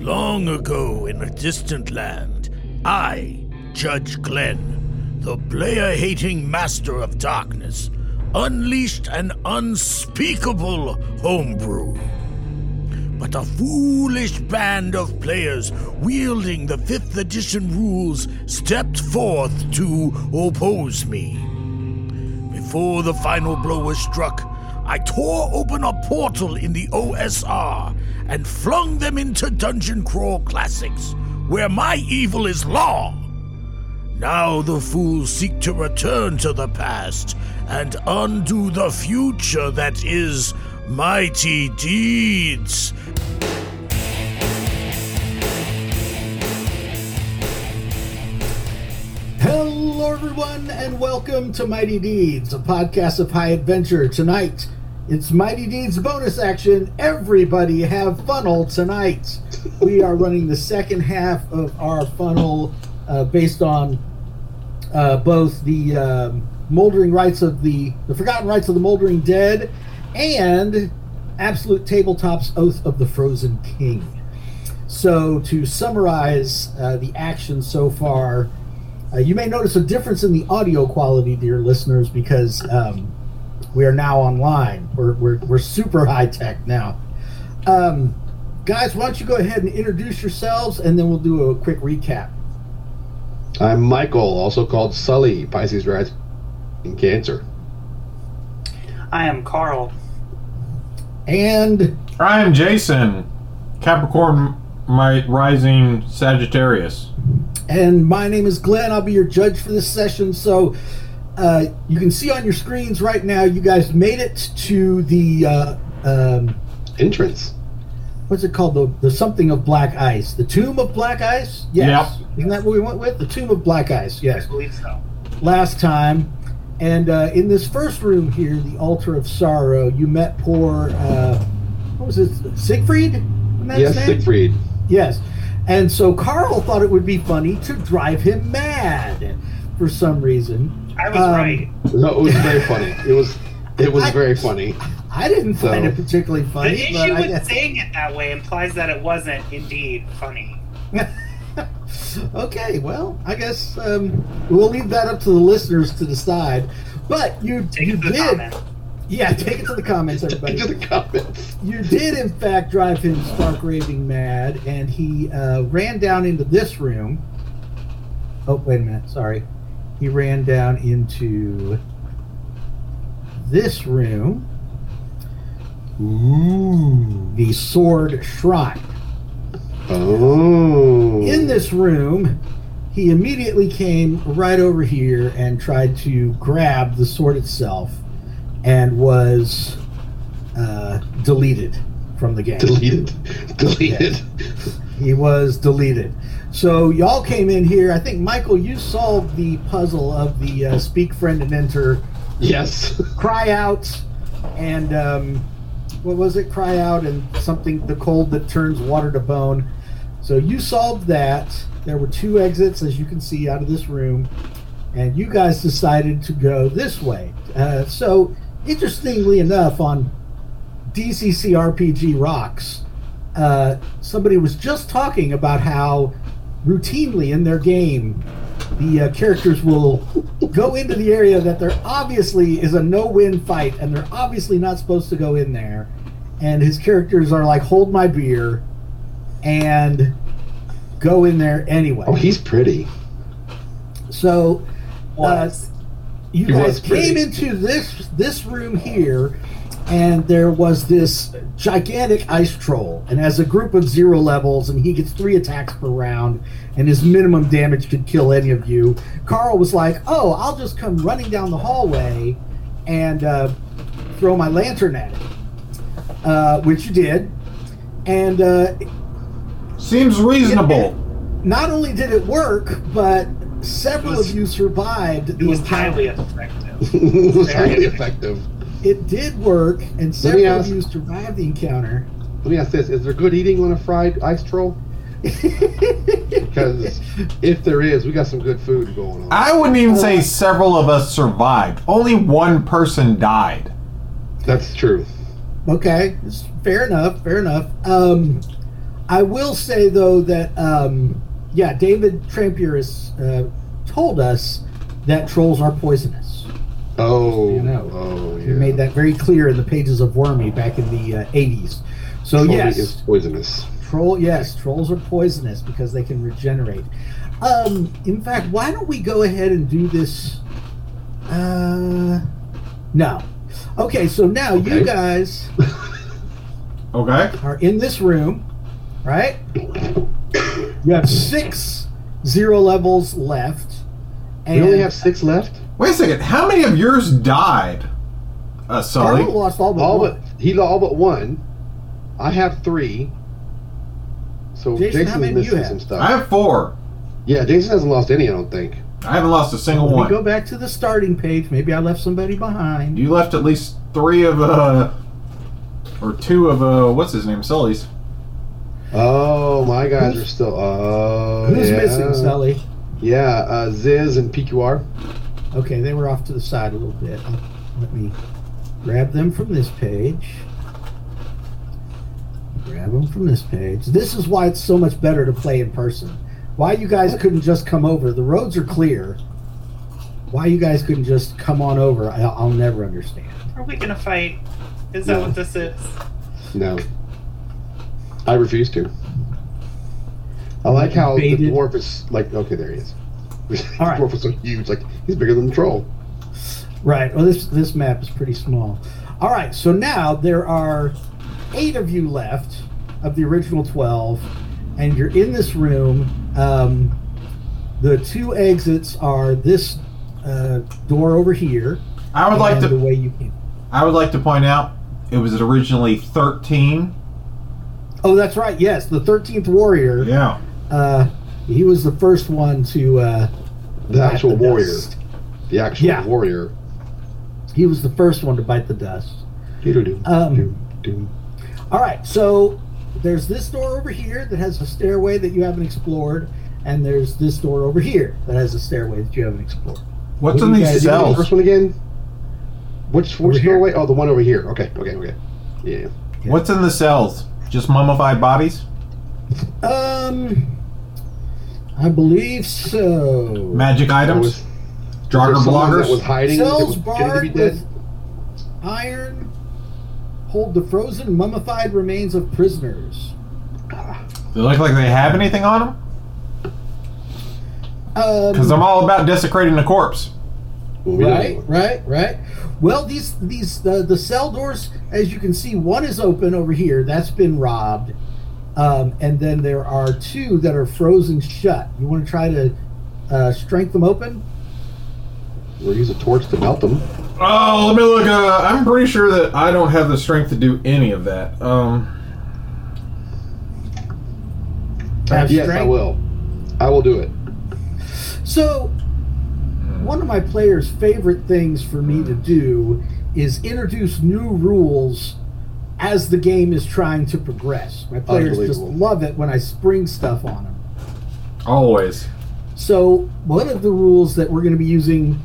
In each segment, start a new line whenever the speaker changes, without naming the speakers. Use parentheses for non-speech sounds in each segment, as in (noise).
Long ago in a distant land, I, Judge Glenn, the player hating master of darkness, unleashed an unspeakable homebrew. But a foolish band of players wielding the 5th edition rules stepped forth to oppose me. Before the final blow was struck, I tore open a portal in the OSR and flung them into Dungeon Crawl Classics, where my evil is law. Now the fools seek to return to the past and undo the future that is mighty deeds.
Hello, everyone, and welcome to Mighty Deeds, a podcast of high adventure. Tonight, it's Mighty Deeds bonus action. Everybody have funnel tonight. We are running the second half of our funnel uh, based on uh, both the um, moldering rights of the the forgotten rights of the moldering dead and absolute tabletop's oath of the frozen king. So, to summarize uh, the action so far, uh, you may notice a difference in the audio quality, dear listeners, because um, we are now online. We're, we're, we're super (laughs) high tech now. Um, guys, why don't you go ahead and introduce yourselves, and then we'll do a quick recap.
I'm Michael, also called Sully, Pisces rising in Cancer.
I am Carl.
And
I am Jason, Capricorn, my rising Sagittarius.
and my name is Glenn. I'll be your judge for this session. So uh, you can see on your screens right now, you guys made it to the uh, um,
Entrance.
what's it called? The, the something of black ice. The tomb of black ice? Yes. Isn't that what we went with? The tomb of black ice, yes.
I believe so.
Last time. And uh, in this first room here, the altar of sorrow, you met poor, uh, what was it, Siegfried? Wasn't that his
yes,
name?
Siegfried.
Yes. And so Carl thought it would be funny to drive him mad for some reason.
I was
Um,
right.
No, it was very funny. It was it was
I-
very funny. (laughs)
I didn't find
So-
it particularly
The
funny, but
issue
I
with
guess.
saying it that way implies that it wasn't indeed funny.
(laughs) okay, well, I guess um, we'll leave that up to the listeners to decide. But you,
Take
you
it to the
did. Uh,
comment.
Yeah, (laughs) take it to the comments, everybody.
Into the comments.
you did in fact drive him stark raving mad and he uh, ran down into this room oh wait a minute sorry he ran down into this room the sword shrine
Oh.
in this room he immediately came right over here and tried to grab the sword itself and was uh, deleted from the game
deleted. Deleted.
He was deleted. So y'all came in here. I think Michael, you solved the puzzle of the uh, speak friend and enter,
Yes.
cry out, and um, what was it? Cry out and something. The cold that turns water to bone. So you solved that. There were two exits, as you can see, out of this room, and you guys decided to go this way. Uh, so interestingly enough, on DCC RPG Rocks, uh, somebody was just talking about how routinely in their game the uh, characters will (laughs) go into the area that there obviously is a no-win fight and they're obviously not supposed to go in there and his characters are like hold my beer and go in there anyway
Oh, he's pretty. (laughs)
so uh,
Was.
you
He
guys
was
came
pretty.
into this this room here and there was this gigantic ice troll and as a group of zero levels and he gets three attacks per round and his minimum damage could kill any of you carl was like oh i'll just come running down the hallway and uh, throw my lantern at it uh, which you did and uh,
Seems reasonable.
not only did it work but several
It was-
of you survived
It
the
was
encounter.
highly effective.
it was highly
Very.
effective.
It did work, and
Let me
several of
ask-
you survived the encounter.
Let me ask this: Is there good eating on a fried ice troll? Because if there is, we got some good food going on.
I wouldn't even say several of us survived. Only one person died.
That's true.
okay, it's fair enough, fair enough. Um, I will say though that um, yeah, David Trampier has uh, told us that trolls are poisonous.
Oh,
You know.
oh, yeah.
He made that very clear in the pages of Wormy back in the uh, 80s. So
Troll
yes,
is poisonous.
Troll, yes, trolls are poisonous because they can regenerate. Um, in fact, why don't we go ahead and do this? Uh, no. Okay, so now you
Okay.
guys
Okay.
are in this room, right? You have six zero levels left.
We
And
only have six left.
Wait a second. How many of yours died, uh, Sully?
Carl lost all but
All
one.
but he all but one. I have three. So
Jason, how
Jason's
many do you
missing
have?
some stuff.
I have four.
yeah, Jason hasn't lost any. I don't think.
I haven't lost a single
Let me
one.
go back to the starting page. Maybe I left somebody behind.
You left at least three of uh, or two of uh, what's his name, Sully's.
Oh, my guys are still. Oh,
Who's
yeah.
missing, Sally?
Yeah, uh, Ziz and PQR.
Okay, they were off to the side a little bit. Uh, Let me grab them from this page. Grab them from this page. This is why it's so much better to play in person. Why you guys couldn't just come over? The roads are clear. Why you guys couldn't just come on over? I, I'll never understand.
Are we gonna fight? Is that
No.
what this is?
No, I refuse to. I like how the
Baited.
dwarf is like. Okay, there he is. (laughs) the
All right.
dwarf was so huge, like he's bigger than the troll.
Right. Well, this this map is pretty small. All right. So now there are eight of you left of the original twelve, and you're in this room. Um, the two exits are this uh, door over here.
I would like
and the
to.
way you came.
I would like to point out it was originally thirteen.
Oh, that's right. Yes, the thirteenth warrior.
Yeah.
Uh, he was the first one to uh,
The
bite
actual warrior.
dust.
The actual
Yeah.
warrior.
He was the first one to bite the dust.
Doo-doo-doo,
Um,
doo-doo.
All right, so there's this door over here that has a stairway that you haven't explored, and there's this door over here that has a stairway that you haven't explored.
What's
What
in
do you
these
guys- you
The
Oh.
cells?
first one again. Which
Over
which
here.
doorway? Oh, the one over here. Okay, okay, okay. Yeah.
What's in the cells? Just mummified bodies?
Um, I believe so.
Magic
That
items?
was-
Jogger
was there someone That was
bloggers?
hiding. that
Cells
was pretending
barred
to be dead?
with iron hold the frozen mummified remains of prisoners.
They look like they have anything on them? Because
Um,
I'm all about desecrating the corpse.
Well, we know
right,
anyone.
right, right. Well, these these uh, the cell doors, as you can see, one is open over here. That's been robbed. Um, and then there are two that are frozen shut. You want to try to uh, strength them open?
We'll use a torch to melt them.
Oh, let me look. Uh, I'm pretty sure that I don't have the strength to do any of that. Um,
Have
Uh, yes, I
strength?
will. I will do it.
So, one of my players' favorite things for me to do is introduce new rules as the game is trying to progress. My players just
Unbelievable.
love it when I spring stuff on them.
always.
So, one of the rules that we're going to be using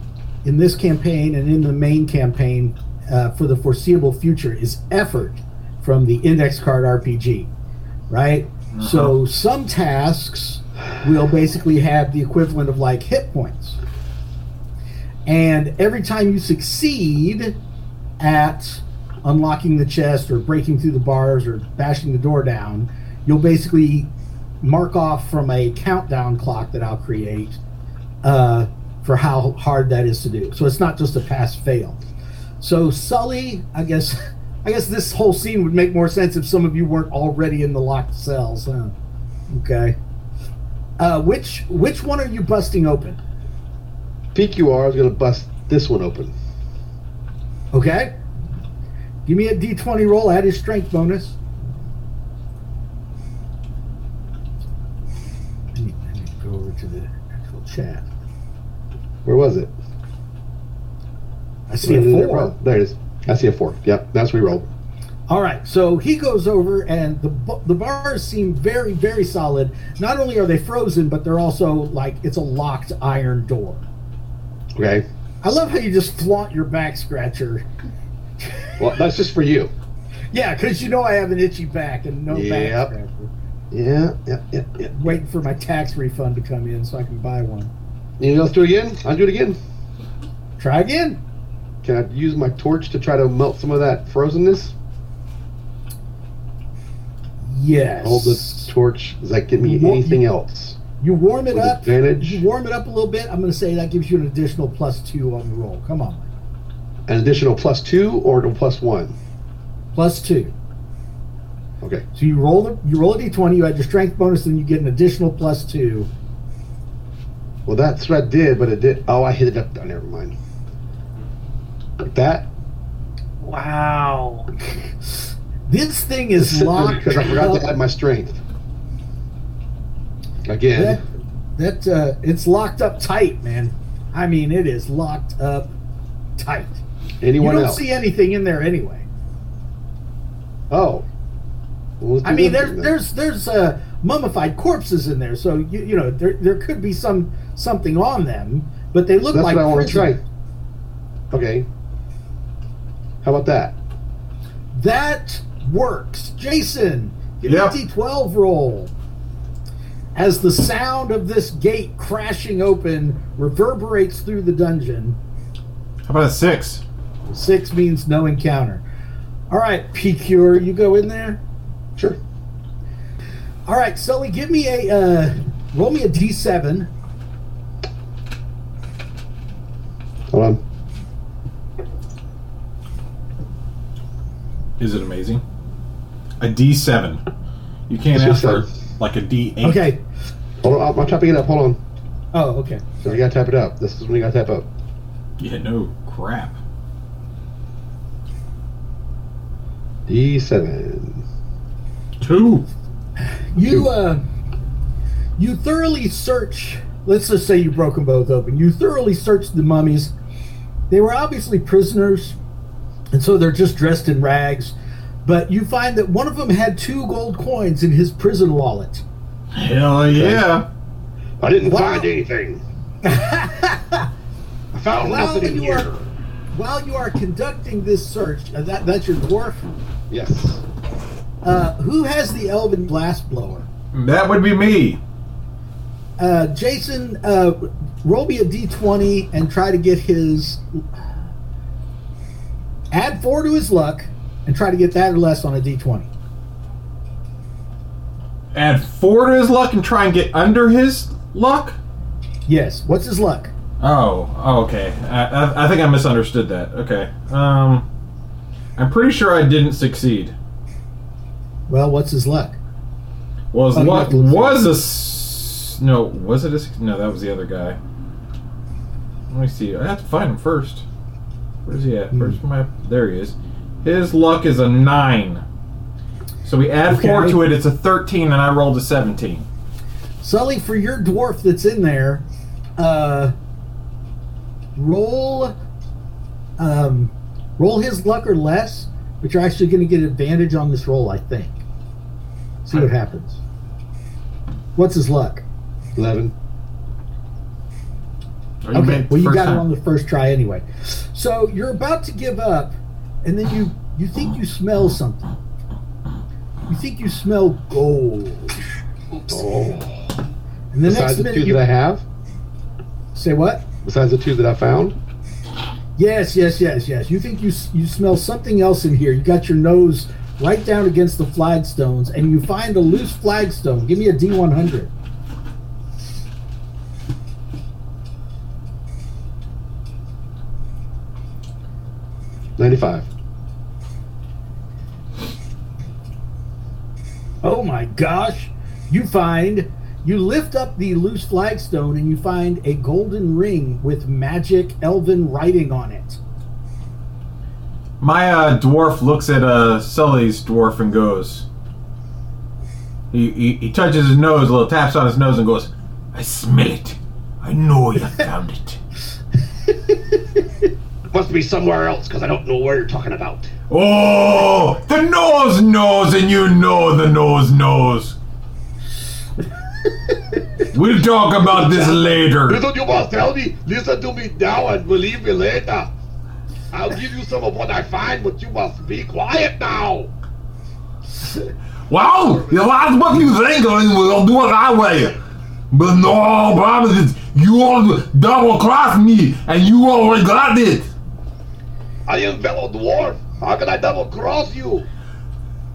in this campaign and in the main campaign uh, for the foreseeable future is effort from the index card RPG, right? So, some tasks will basically have the equivalent of like hit points. And every time you succeed at unlocking the chest or breaking through the bars or bashing the door down, you'll basically mark off from a countdown clock that I'll create uh, for how hard that is to do. So it's not just a pass fail. So Sully, I guess, (laughs) I guess this whole scene would make more sense if some of you weren't already in the locked cells. Huh? Okay. Uh, which which one are you busting open?
PQR is going to bust this one open.
Okay. Give me a d20 roll. Add his strength bonus. I need, I need to go over to the actual chat.
Where was it?
I see a four.
There it is. I see a four. Yep, that's reroll.
All right, so he goes over, and the bu- the bars seem very, very solid. Not only are they frozen, but they're also like it's a locked iron door.
Okay.
I love how you just flaunt your back scratcher.
Well, that's just for you.
Yeah, because you know I have an itchy back and no
Yep.
back scratcher.
Yeah, yeah, yeah, yeah.
Waiting for my tax refund to come in so I can buy one.
You know, let's do it again. I'll do it again.
Try again.
Can I use my torch to try to melt some of that frozenness?
Yes.
Hold the torch. Does that give me
Well,
anything
you-
else?
You warm it
With
up.
advantage.
You warm it up a little bit. I'm going to say that gives you an additional plus two on the roll. Come on, Mike.
An additional plus two or a plus one?
plus two.
Okay.
So you roll the you roll a d20. You add your strength bonus, and you get an additional plus two.
Well, that's what I did, but it did. Oh, I hit it up. Oh, never mind. Like that.
Wow.
This thing is locked
because I forgot
up.
to add my strength. Again.
that that uh, it's locked up tight, man. I mean, it is locked up tight.
Anyone
you don't
else?
see anything in there anyway.
oh. Well, let's
I
do
mean,
that
there,
thing then.
there's there's uh, mummified corpses in there, so you, you know there, there could be some something on them, but they look
That's
like
what I want to
prison.
try. Okay. How about that?
That works, Jason. Give
Yep.
me a D12 roll. As the sound of this gate crashing open reverberates through the dungeon,
How about a six?
Six means no encounter. All right, PQR, you go in there.
Sure.
All right, Sully, give me a uh, roll me a D7.
Hold on.
Is it amazing? A D7. You can't
It's
ask
your
for like a D8.
Okay.
Hold on. I'm typing it up. Hold on.
Oh, okay.
So you gotta type it up. This is when you gotta type up.
Yeah, no crap.
D7.
Two.
You uh, you thoroughly search. Let's just say you broke them both open. You thoroughly searched the mummies. They were obviously prisoners, and so they're just dressed in rags. But you find that one of them had two gold coins in his prison wallet.
Hell yeah.
I didn't
Wow.
find anything. I found
Wow,
nothing in
you are-
here.
While you are conducting this search, uh, that, that's your dwarf.
Yes.
Uh, who has the elven glass blower?
That would be me.
Uh, Jason, uh, roll me a d20 and try to get his. Add four to his luck and try to get that or less on a d20.
Add four to his luck and try and get under his luck?
Yes. What's his luck?
Oh, oh, okay. I, I, I think I misunderstood that. Okay. Um, I'm pretty sure I didn't succeed.
Well, what's his luck?
Was
Oh, you
luck
have to listen.
was a s- no? Was it a s- no? That was the other guy. Let me see. I have to find him first. Where's he at? Where's
Hmm.
my? There he is. His luck is a nine. So we add four
Okay.
to it. It's a thirteen, and I rolled a seventeen.
Sully, for your dwarf that's in there, uh, roll um, roll his luck or less, but you're actually going to get advantage on this roll, I think. See what happens. What's his luck?
11.
Are you
Okay,
mad?
well you
First
got it
time.
on the first try anyway. So you're about to give up, and then you you think you smell something. You think you smell gold,
Oh.
and the
Besides
next
the two
minute you
that I have?
say what?
Besides the two that I found?
Yes, yes, yes, yes. You think you s- you smell something else in here. You got your nose right down against the flagstones, and you find a loose flagstone. Give me a D one hundred.
Ninety-five.
Oh my gosh! You find you lift up the loose flagstone, and you find a golden ring with magic elven writing on it.
My uh, dwarf looks at uh, Sully's dwarf and goes. He, he, he touches his nose, a little taps on his nose, and goes, I smell it. I know you found it.
Must be somewhere else because I don't know where you're talking about.
Oh, the nose knows, and you know the nose knows. we'll talk about this later.
Listen, you must tell me. Listen to me now and believe me later. I'll give you some of what I find, but you must be quiet now.
Wow, you lot what you think of it, we'll do it our way. But no promises. You will double cross me and you will regret it.
I am fellow dwarf. How can I double cross you?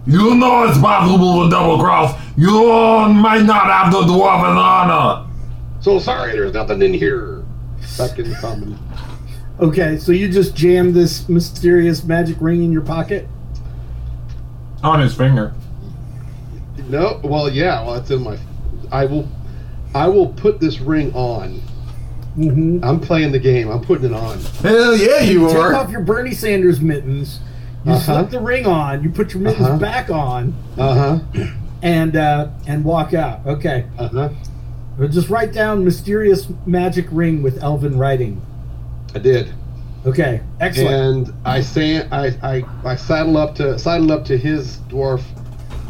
You know it's possible to double cross. You might not have the dwarf in honor.
So sorry, there's nothing in here. Back in the common.
Okay, so you just jammed this mysterious magic ring in your pocket?
On his finger.
No, well, yeah, well, it's in my. I will, I will put this ring on.
Mm-hmm.
I'm playing the game. I'm putting it on.
Hell yeah, you
Take
are.
off your Bernie Sanders mittens. You
Uh-huh.
slip the ring on. You put your mittens
Uh-huh.
back on,
Uh huh.
and uh, and walk out. Okay,
Uh huh.
Or just write down mysterious magic ring with Elven writing.
I did.
Okay, excellent.
and I say I, I, I saddle up to saddle up to his dwarf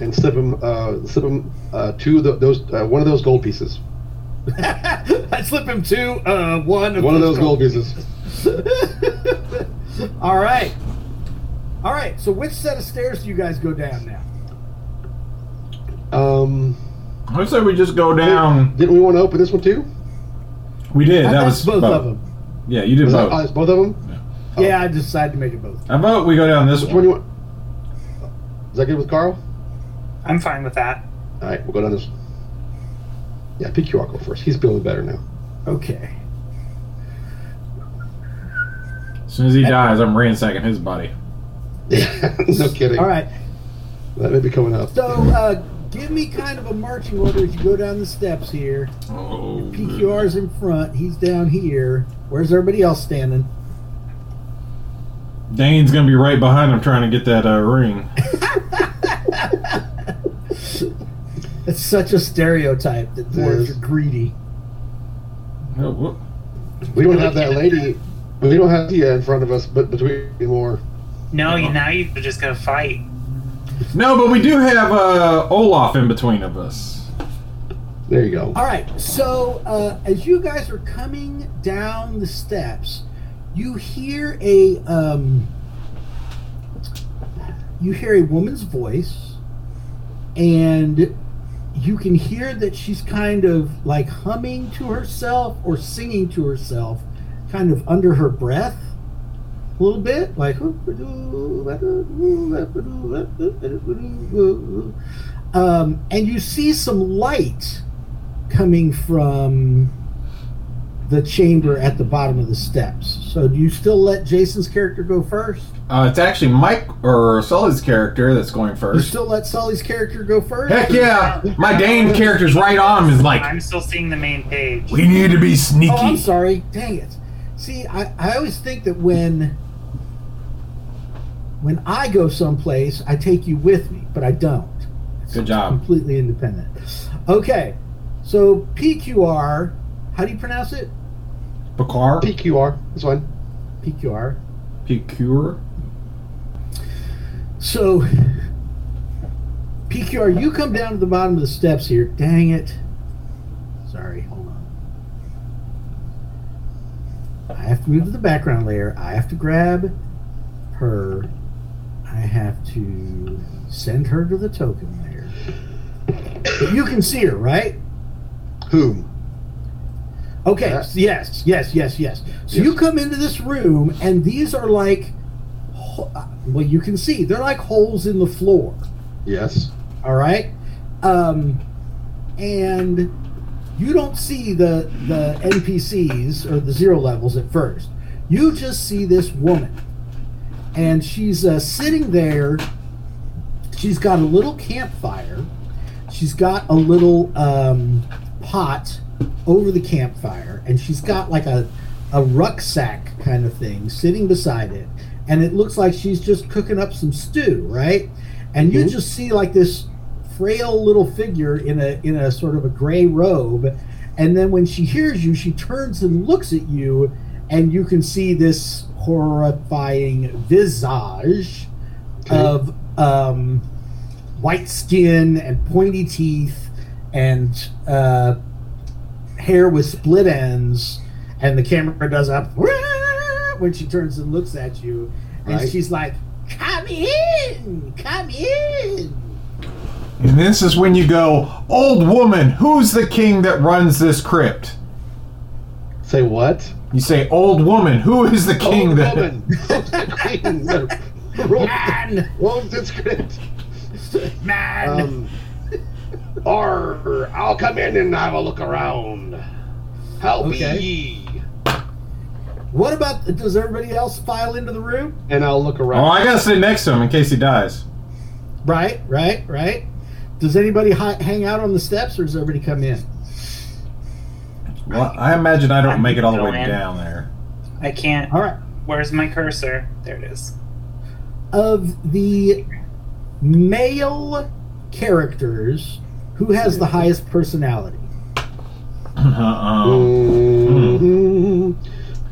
and slip him uh, slip him uh, two of the, those uh, one of those gold pieces.
(laughs) I slip him two, uh, one of
One of
those
those gold
copies.
pieces.
(laughs) All right, all right. So which set of stairs do you guys go down now?
Um,
I say we just go down.
didn't we want to open this one too?
We did.
I
That
thought
was
both
vote.
of them.
Yeah, you did
Was that-
both.
oh,
I,
it's both of them.
Yeah, I decided to make it both.
vote we go down this
Which one
one.
you want? Is that good with Carl?
I'm fine with that.
All right, we'll go down this. Yeah, PQ I'll go first. He's feeling better now.
Okay.
As soon as he dies, I'm ransacking his body.
Yeah, (laughs) no kidding.
All right.
that may be coming up.
So uh, give me kind of a marching order as you go down the steps here.
Oh,
PQR's in front. He's down here. Where's everybody else standing?
Dane's gonna be right behind him trying to get that uh, ring. (laughs)
That's such a stereotype that dwarves
Yes.
are greedy.
Oh, whoop.
We don't have that lady. We don't have Tia in front of us, but between more.
No, you now you're just gonna fight.
No, but we do have uh, Olaf in between of us.
There you go.
All right. So uh, as you guys are coming down the steps, you hear a um, you hear a woman's voice, and you can hear that she's kind of like humming to herself or singing to herself, kind of under her breath. A little bit like, um, and you see some light coming from the chamber at the bottom of the steps. So do you still let Jason's character go first?
Uh, it's actually Mike or Sully's character that's going
You
first.
still let Sully's character go first?
Heck yeah! My Dane character's right on is like,
I'm still seeing the main page.
We need to be
Oh, I'm
sneaky.
sorry. Dang it. See, I, I always think that when when I go someplace, I take you with me, but I don't.
good job.
Completely independent. Okay. So PQR, how do you pronounce it?
Picard?
PQR. That's fine.
PQR.
Picure?
So, PQR, you come down to the bottom of the steps here. Dang it. Sorry, hold on. I have to move to the background layer. I have to grab her. I have to send her to the token layer. But you can see her, right?
Whom?
Okay.
Yeah.
Yes. Yes. Yes. Yes. So you come into this room, and these are like, ho- uh, well, you can see they're like holes in the floor.
Yes.
All right, um, and you don't see the the NPCs or the zero levels at first. You just see this woman, and she's uh, sitting there. She's got a little campfire. She's got a little um, pot over the campfire, and she's got like a a rucksack kind of thing sitting beside it, and it looks like she's just cooking up some stew, right? And you
Mhm.
just see like this frail little figure in a in a sort of a gray robe, and then when she hears you, she turns and looks at you, and you can see this horrifying visage
Okay.
of um, white skin and pointy teeth and uh, hair with split ends. And the camera does up when she turns and looks at you. And
Right.
she's like, Come in! Come in!
And this is when you go, Old woman, who's the king that runs this crypt?
Say what? Oh,
You say, Old woman, who is the king
Old
that.
woman. Who's (laughs) the queen that rules-
Man!
rules this crypt?
Man!
Um, or I'll come in and have a look around. Help
Okay.
ye.
What about does everybody else file into the room?
And I'll look
Oh,
around.
I gotta sit next to him in case he dies.
Right, right, right. Does anybody hi- hang out on the steps, or does everybody come in?
Well, I imagine I don't make it all the way
Go in.
down there.
I can't.
All right.
Where's my cursor? There it is.
Of the male characters, who has the highest personality?
Uh-uh.
Hmm.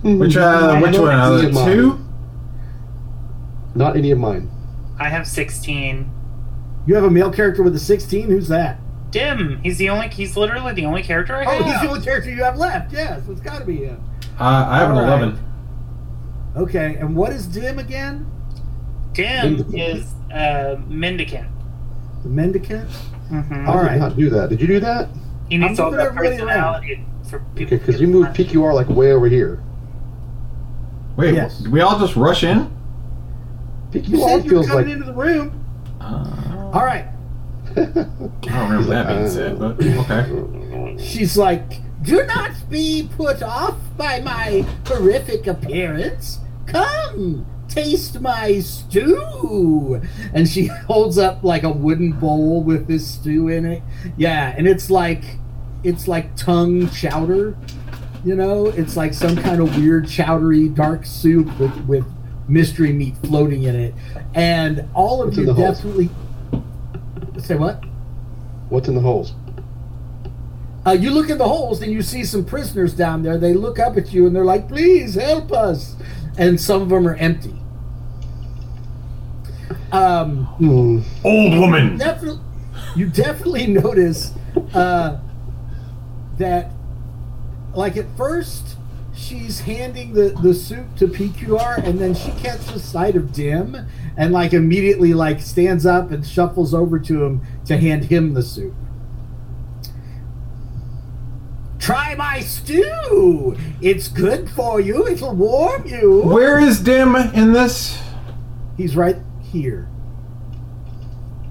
Mm.
Which uh, which one? Are there two?
Not any of mine.
I have 16.
You have a male character with a 16. Who's that?
Dim. He's the only. He's literally the only character I
Oh,
have.
he's the only character you have left. Yes, it's got to be him.
Uh, I have an
All right.
eleven.
Okay, and what is Dim again?
Dim is uh, mendicant.
The mendicant.
hmm
All
I
right.
did not do that. Did you do that?
He needs
I'm
all
moving
that
everybody around.
personality for people.
Okay, because
to
you
get
moved
that.
PQR like way over here.
Wait,
Yes.
did we all just rush in?
You
PQR
said you were
feels
coming
like.
into the room.
Uh,
All right.
I don't remember that being said, but okay.
She's like, Do not be put off by my horrific appearance. Come, taste my stew. And she (laughs) holds up like a wooden bowl with this stew in it. Yeah, and it's like it's like tongue chowder. You know, it's like some kind of weird chowdery dark soup with, with mystery meat floating in it. And all of
What's in
you
the holes?
definitely say what?
What's in the holes?
Uh, you look in the holes and you see some prisoners down there. They look up at you and they're like, please help us. And some of them are empty. Um,
Hmm.
Old woman.
definitely, you definitely notice uh, that, like, at first, she's handing the, the soup to PQR and then she catches sight of Dim and, like, immediately, like, stands up and shuffles over to him to hand him the soup. Try my stew. It's good for you. It'll warm you.
Where is Dim in this?
He's right here.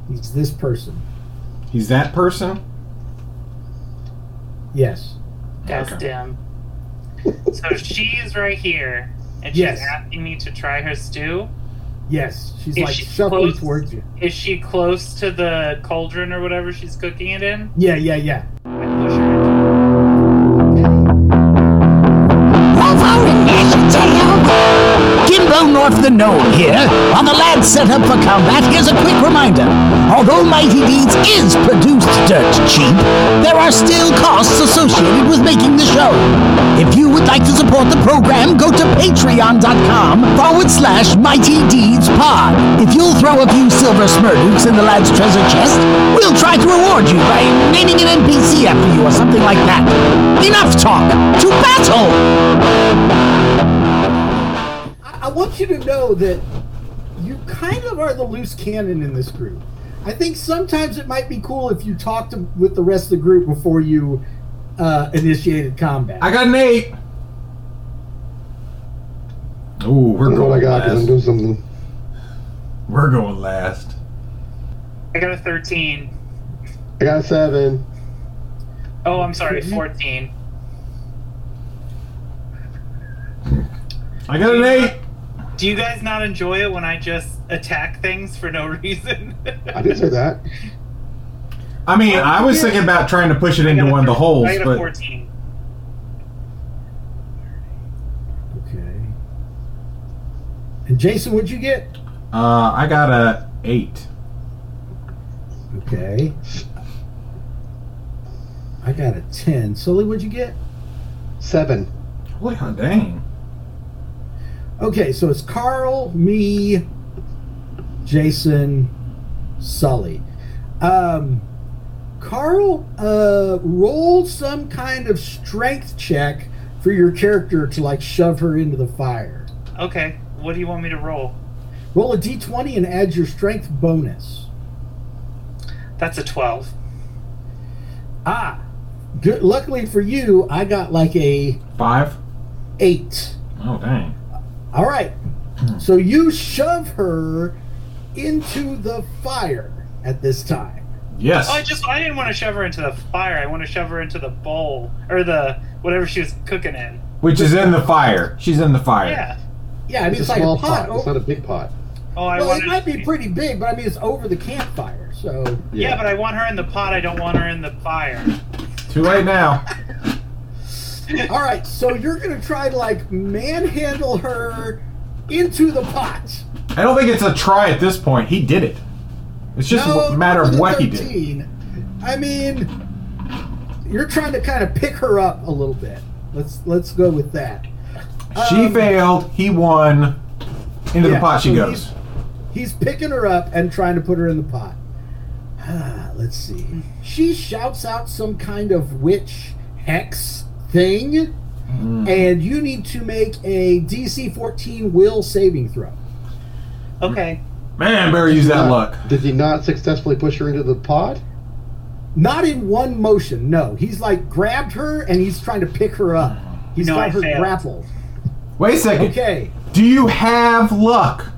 He's this person.
He's that person.
Yes.
That's
(laughs)
Dim. So she's right here, and she's
Yes.
asking me to try her stew.
Yes. She's
Is
like
she
shuffling
close?
towards you.
Is she close to the cauldron or whatever she's cooking it in?
Yeah, yeah, yeah.
I push her.
Of our initiative! Kimbo North the Gnome here. While the lads set up for combat, here's a quick reminder. Although Mighty Deeds is produced dirt cheap, there are still costs associated with making the show. If you would like to support the program, go to patreon.com forward slash Mighty Deeds Pod. If you'll throw a few silver smurdukes in the lad's treasure chest, we'll try to reward you by naming an NPC after you or something like that. Enough talk! To battle!
I, I want you to know that you kind of are the loose cannon in this group. I think sometimes it might be cool if you talked to, with the rest of the group before you uh, initiated combat.
I got an eight. Ooh,
I
we're
don't know what I
going
got 'cause I'm doing
last.
something.
We're going last.
I got a 13.
I got a seven.
Oh, I'm sorry, 14.
I got an eight.
Do you guys not enjoy it when I just attack things for no (laughs) reason?
I didn't say that.
I mean, I was thinking about trying to push it
I
into
got a
one of the
13
holes,
I got a
but
14.
okay. And Jason, what'd you get?
uh, I got a eight.
Okay. I got a 10. Sully, what'd you get?
Seven.
Holy hot dang!
Okay, so it's Carl, me, Jason, Sully. Um, Carl, uh, roll some kind of strength check for your character to like shove her into the fire.
Okay, what do you want me to roll?
Roll a d20 and add your strength bonus.
That's a 12.
Ah, good, luckily for you, I got like a
Five?
eight.
Oh, dang.
All right. So you shove her into the fire at this time.
Yes.
Oh, I just I didn't want to shove her into the fire. I want to shove her into the bowl or the whatever she was cooking in.
Which is in the fire. She's in the fire.
Yeah.
Yeah, I mean,
It's
it's,
a
like
small
a pot.
pot. It's not a big pot.
Oh, I
well,
wanted
it might be pretty big, but I mean, it's over the campfire. So,
Yeah. but I want her in the pot. I don't want her in the fire.
Too late now.
all right. So you're going to try to like manhandle her into the pot.
I don't think it's a try at this point. He did it. It's just a matter of what he did.
I mean, you're trying to kind of pick her up a little bit. Let's let's go with that.
she
Um,
failed. He won. Into the
Yeah,
pot she
so
goes.
he's- He's picking her up and trying to put her in the pot. Ah, let's see. She shouts out some kind of witch hex thing,
Hmm.
and you need to make a DC 14 will saving throw.
Okay.
Man, better use that
Not-
luck.
Did he not successfully push her into the pot?
Not in one motion, no. He's like grabbed her and he's trying to pick her up. He's
No,
got
I
her
failed.
grappled.
Wait a second.
Okay.
Do you have luck?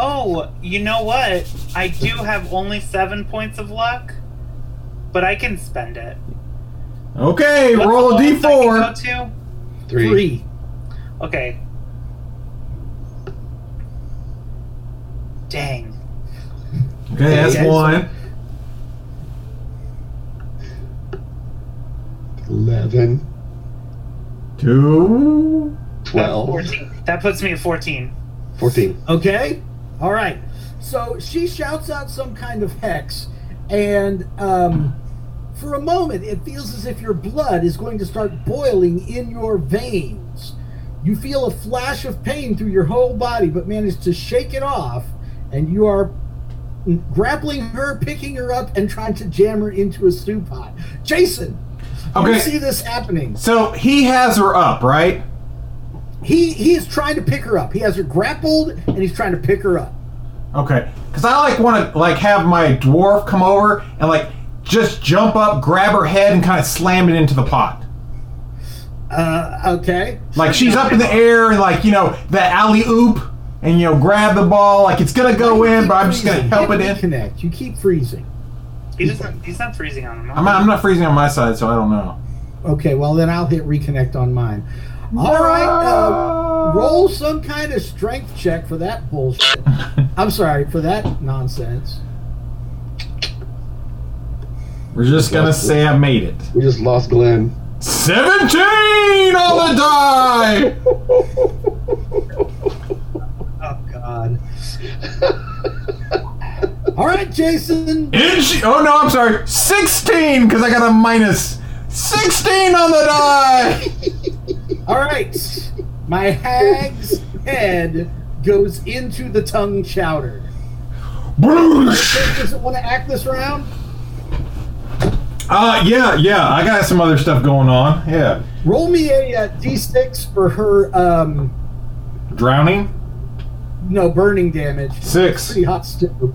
Oh, you know what? I do have only seven points of luck, but I can spend it.
Okay,
What's
roll a
the lowest I
d4.
can
Three.
Three.
go to? Okay. Dang.
Okay, that's
Okay, so-
one.
Eleven.
Two.
Twelve.
Fourteen. That puts me at fourteen.
Fourteen.
Okay. All right. So she shouts out some kind of hex, and um, for a moment, it feels as if your blood is going to start boiling in your veins. You feel a flash of pain through your whole body, but manage to shake it off, and you are grappling her, picking her up, and trying to jam her into a stew pot. Jason, you
Okay.
see this happening.
So he has her up, right?
He he is trying to pick her up. He has her grappled, and he's trying to pick her up.
Okay. Cause I like want to like have my dwarf come over and like just jump up, grab her head, and kind of slam it into the pot.
Uh, okay.
Like she's up in the air and like you know the alley oop, and you know grab the ball. Like it's gonna go in, but I'm just gonna help it in.
Connect. You keep freezing.
He doesn't. He's not freezing on him.
I'm not, I'm not freezing on my side, so I don't know.
Okay, well then I'll hit reconnect on mine. All right. Uh, roll some kind of strength check for that bullshit. I'm sorry for that nonsense.
We're just gonna say I made it.
We just lost Glenn.
Seventeen on the die.
Oh God. All right, Jason.
Inch. Oh no, I'm sorry. Sixteen, because I got a minus. Sixteen on the die.
All right. My hag's head goes into the tongue chowder.
Boosh.
Does it want to act this round?
Uh, yeah, yeah. I got some other stuff going on. Yeah,
Roll me a, uh d6 for her. Um,
drowning.
no burning damage.
Six.
Pretty hot stew.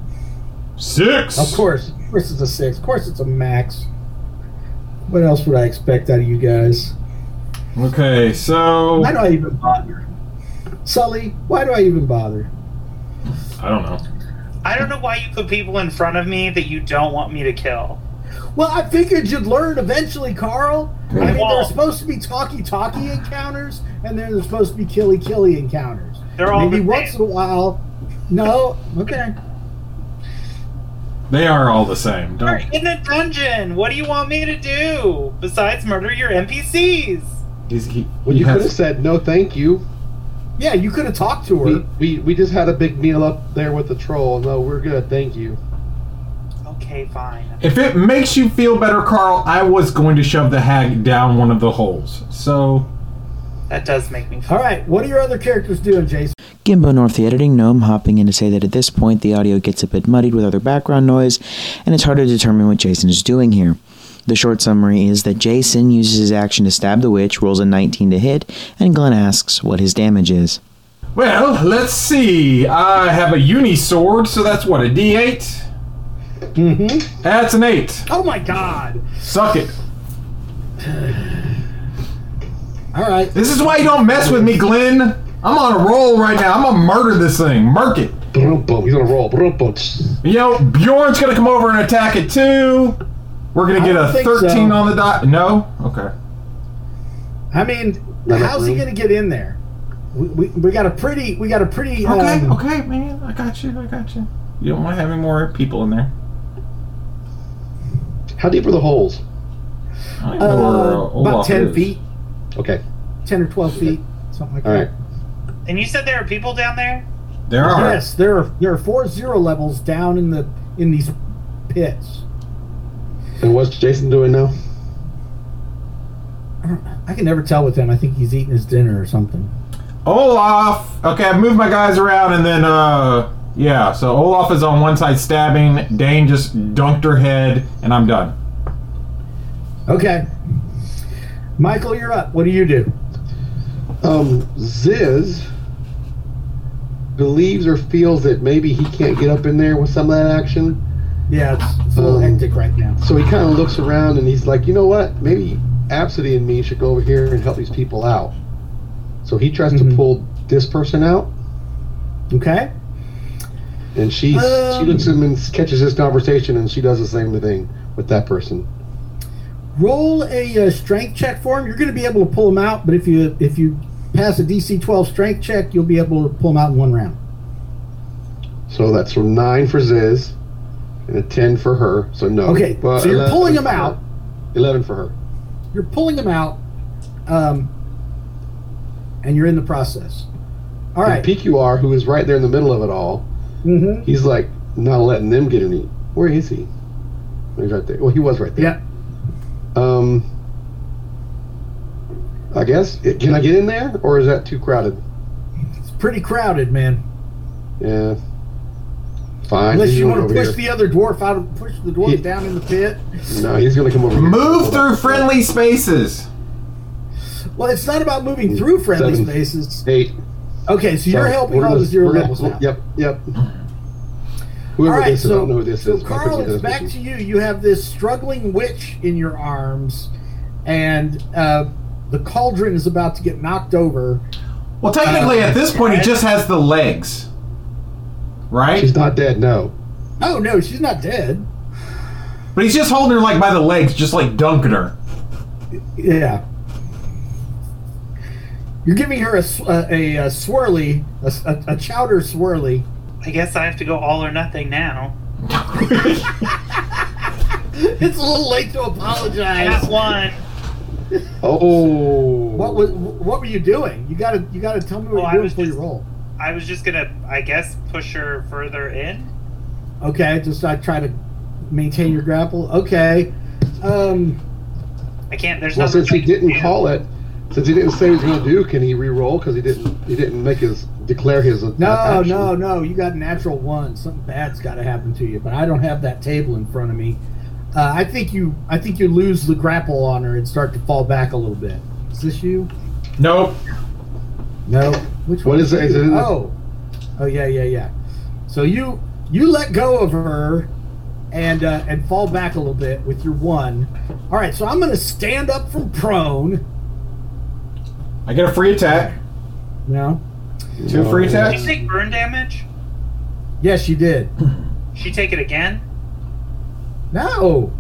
Six.
Of course. Of course it's a six. Of course it's a max. What else would I expect out of you guys?
Okay, so
Why do I even bother? Sully, why do I even bother?
I don't know.
I don't know why you put people in front of me that you don't want me to kill.
Well, I figured you'd learn eventually, Carl. I mean,
Well-
there's supposed to be talky-talky encounters, and then there's supposed to be killy-killy encounters.
They're all
Maybe
the
once
same.
in a while. No, okay.
They are all the same.
You're
Don't.
in a dungeon. What do you want me to do besides murder your NPCs?
He's, he,
Well,
he
you
has-
could have said no, thank you.
Yeah, you could have talked to
We,
her.
we we just had a big meal up there with the troll. No, we're good, thank you.
Okay, fine.
If it makes you feel better, Carl, I was going to shove the hag down one of the holes. So
That does make me.
All right, what are your other characters doing, Jason?
Gimbo North, the editing gnome, hopping in to say that at this point the audio gets a bit muddied with other background noise, and it's hard to determine what Jason is doing here. The short summary is that Jason uses his action to stab the witch, rolls a 19 to hit, and Glenn asks what his damage is.
Well, let's see. I have a uni sword, so that's what a D8.
Mm-hmm.
That's an eight.
Oh my god!
Suck it.
All right.
This is why you don't mess with me, Glenn. I'm on a roll right now. I'm gonna murder this thing. Murk it.
Brum, bum. He's on a roll. Brum, bum.
You know, Bjorn's gonna come over and attack it too. We're gonna get
don't
a
think so.
13 on the dot. No? Okay.
I mean,
Not enough
how's he
room?
gonna get in there? We, we, we got a pretty we got a pretty
Okay,
um,
okay, man. I got you. I got you. You don't want to have any more people in there.
How deep are the holes?
I don't
uh,
know where, uh,
about
Olaf
ten
is.
feet,
Okay.
ten or twelve feet, something like
All right.
that.
And you said there are people down there?
There are.
Yes, there are there are four zero levels down in the in these pits.
And what's Jason doing now?
I can never tell with him. I think he's eating his dinner or something.
Olaf. Okay, I've moved my guys around, and then uh, yeah. So Olaf is on one side stabbing. Dane just dunked her head, and I'm done.
Okay, Michael, you're up. What do you do?
Um, Ziz believes or feels that maybe he can't get up in there with some of that action.
Yeah, it's, it's a little
Um,
hectic right now.
So he kind of looks around and he's like, you know what? Maybe Absidy and me should go over here and help these people out. So he tries to
Mhm.
pull this person out,
Okay,
and she
Um.
she looks at him and catches this conversation, and she does the same thing with that person.
roll a uh, strength check for him. You're going to be able to pull him out, but if you if you pass a DC 12 strength check, you'll be able to pull him out in one round.
So that's from nine for Ziz, and a ten for her. So no.
Okay,
Well,
so you're
11
pulling him
for her.
out.
Eleven for her.
You're pulling him out, um, and you're in the process. All right.
And PQR, who is right there in the middle of it all,
Mm-hmm.
he's like not letting them get any. Where is he? He's right there. Well, he was right there.
Yeah.
Um, I guess it, can I get in there, or is that too crowded?
It's pretty crowded, man.
Yeah. Fine.
Unless
he's
you
going
want to
over
push
here.
the other dwarf out, of, push the dwarf
Yeah.
down in the pit.
No, he's gonna come over. here.
Move
Hold
through
on.
friendly spaces.
Well, it's not about moving through friendly
Seven.
spaces.
Eight.
Okay, so you're
So
helping
we're
all
gonna-
the zero
we're gonna-
levels now.
Yep. Yep. Whoever
All right,
this is, I
so,
don't know who this
so
is. but I
Carl,
couldn't get
it's
that
back to
person.
you. You have this struggling witch in your arms, and uh, the cauldron is about to get knocked over.
Well, technically, at this point, he just has the legs, right?
She's not dead. No.
Oh no, she's not dead.
But he's just holding her like by the legs, just like dunking her.
Yeah, you're giving her a s- a, a, a swirly, a, s- a- a chowder swirly.
I guess I have to go all or nothing now.
It's a little late to
I got
apologize.
one.
Oh.
What was what were you doing? You gotta you gotta tell me what
Well, Oh, I
you're doing
was
before you
just-
roll.
I was just gonna, I guess, push her further in.
Okay, just I try to maintain your grapple. Okay. Um,
I can't. There's
Well,
nothing.
since he
I can
didn't
do.
call it, since he didn't say he was going to do, can he re-roll? Because he didn't, he didn't make his declare his. uh,
No,
action.
no, no. You got natural one. Something bad's got to happen to you, but I don't have that table in front of me. Uh, I think you, I think you lose the grapple on her and start to fall back a little bit. Is this you?
Nope.
No. Which
What
one
is it? Is it in the-
Oh, oh yeah, yeah, yeah. So you you let go of her and uh, and fall back a little bit with your one. All right, so I'm going to stand up from prone.
I get a free attack.
No.
Two free
Did
attacks.
she take burn damage?
Yes, you did.
She take it again?
No.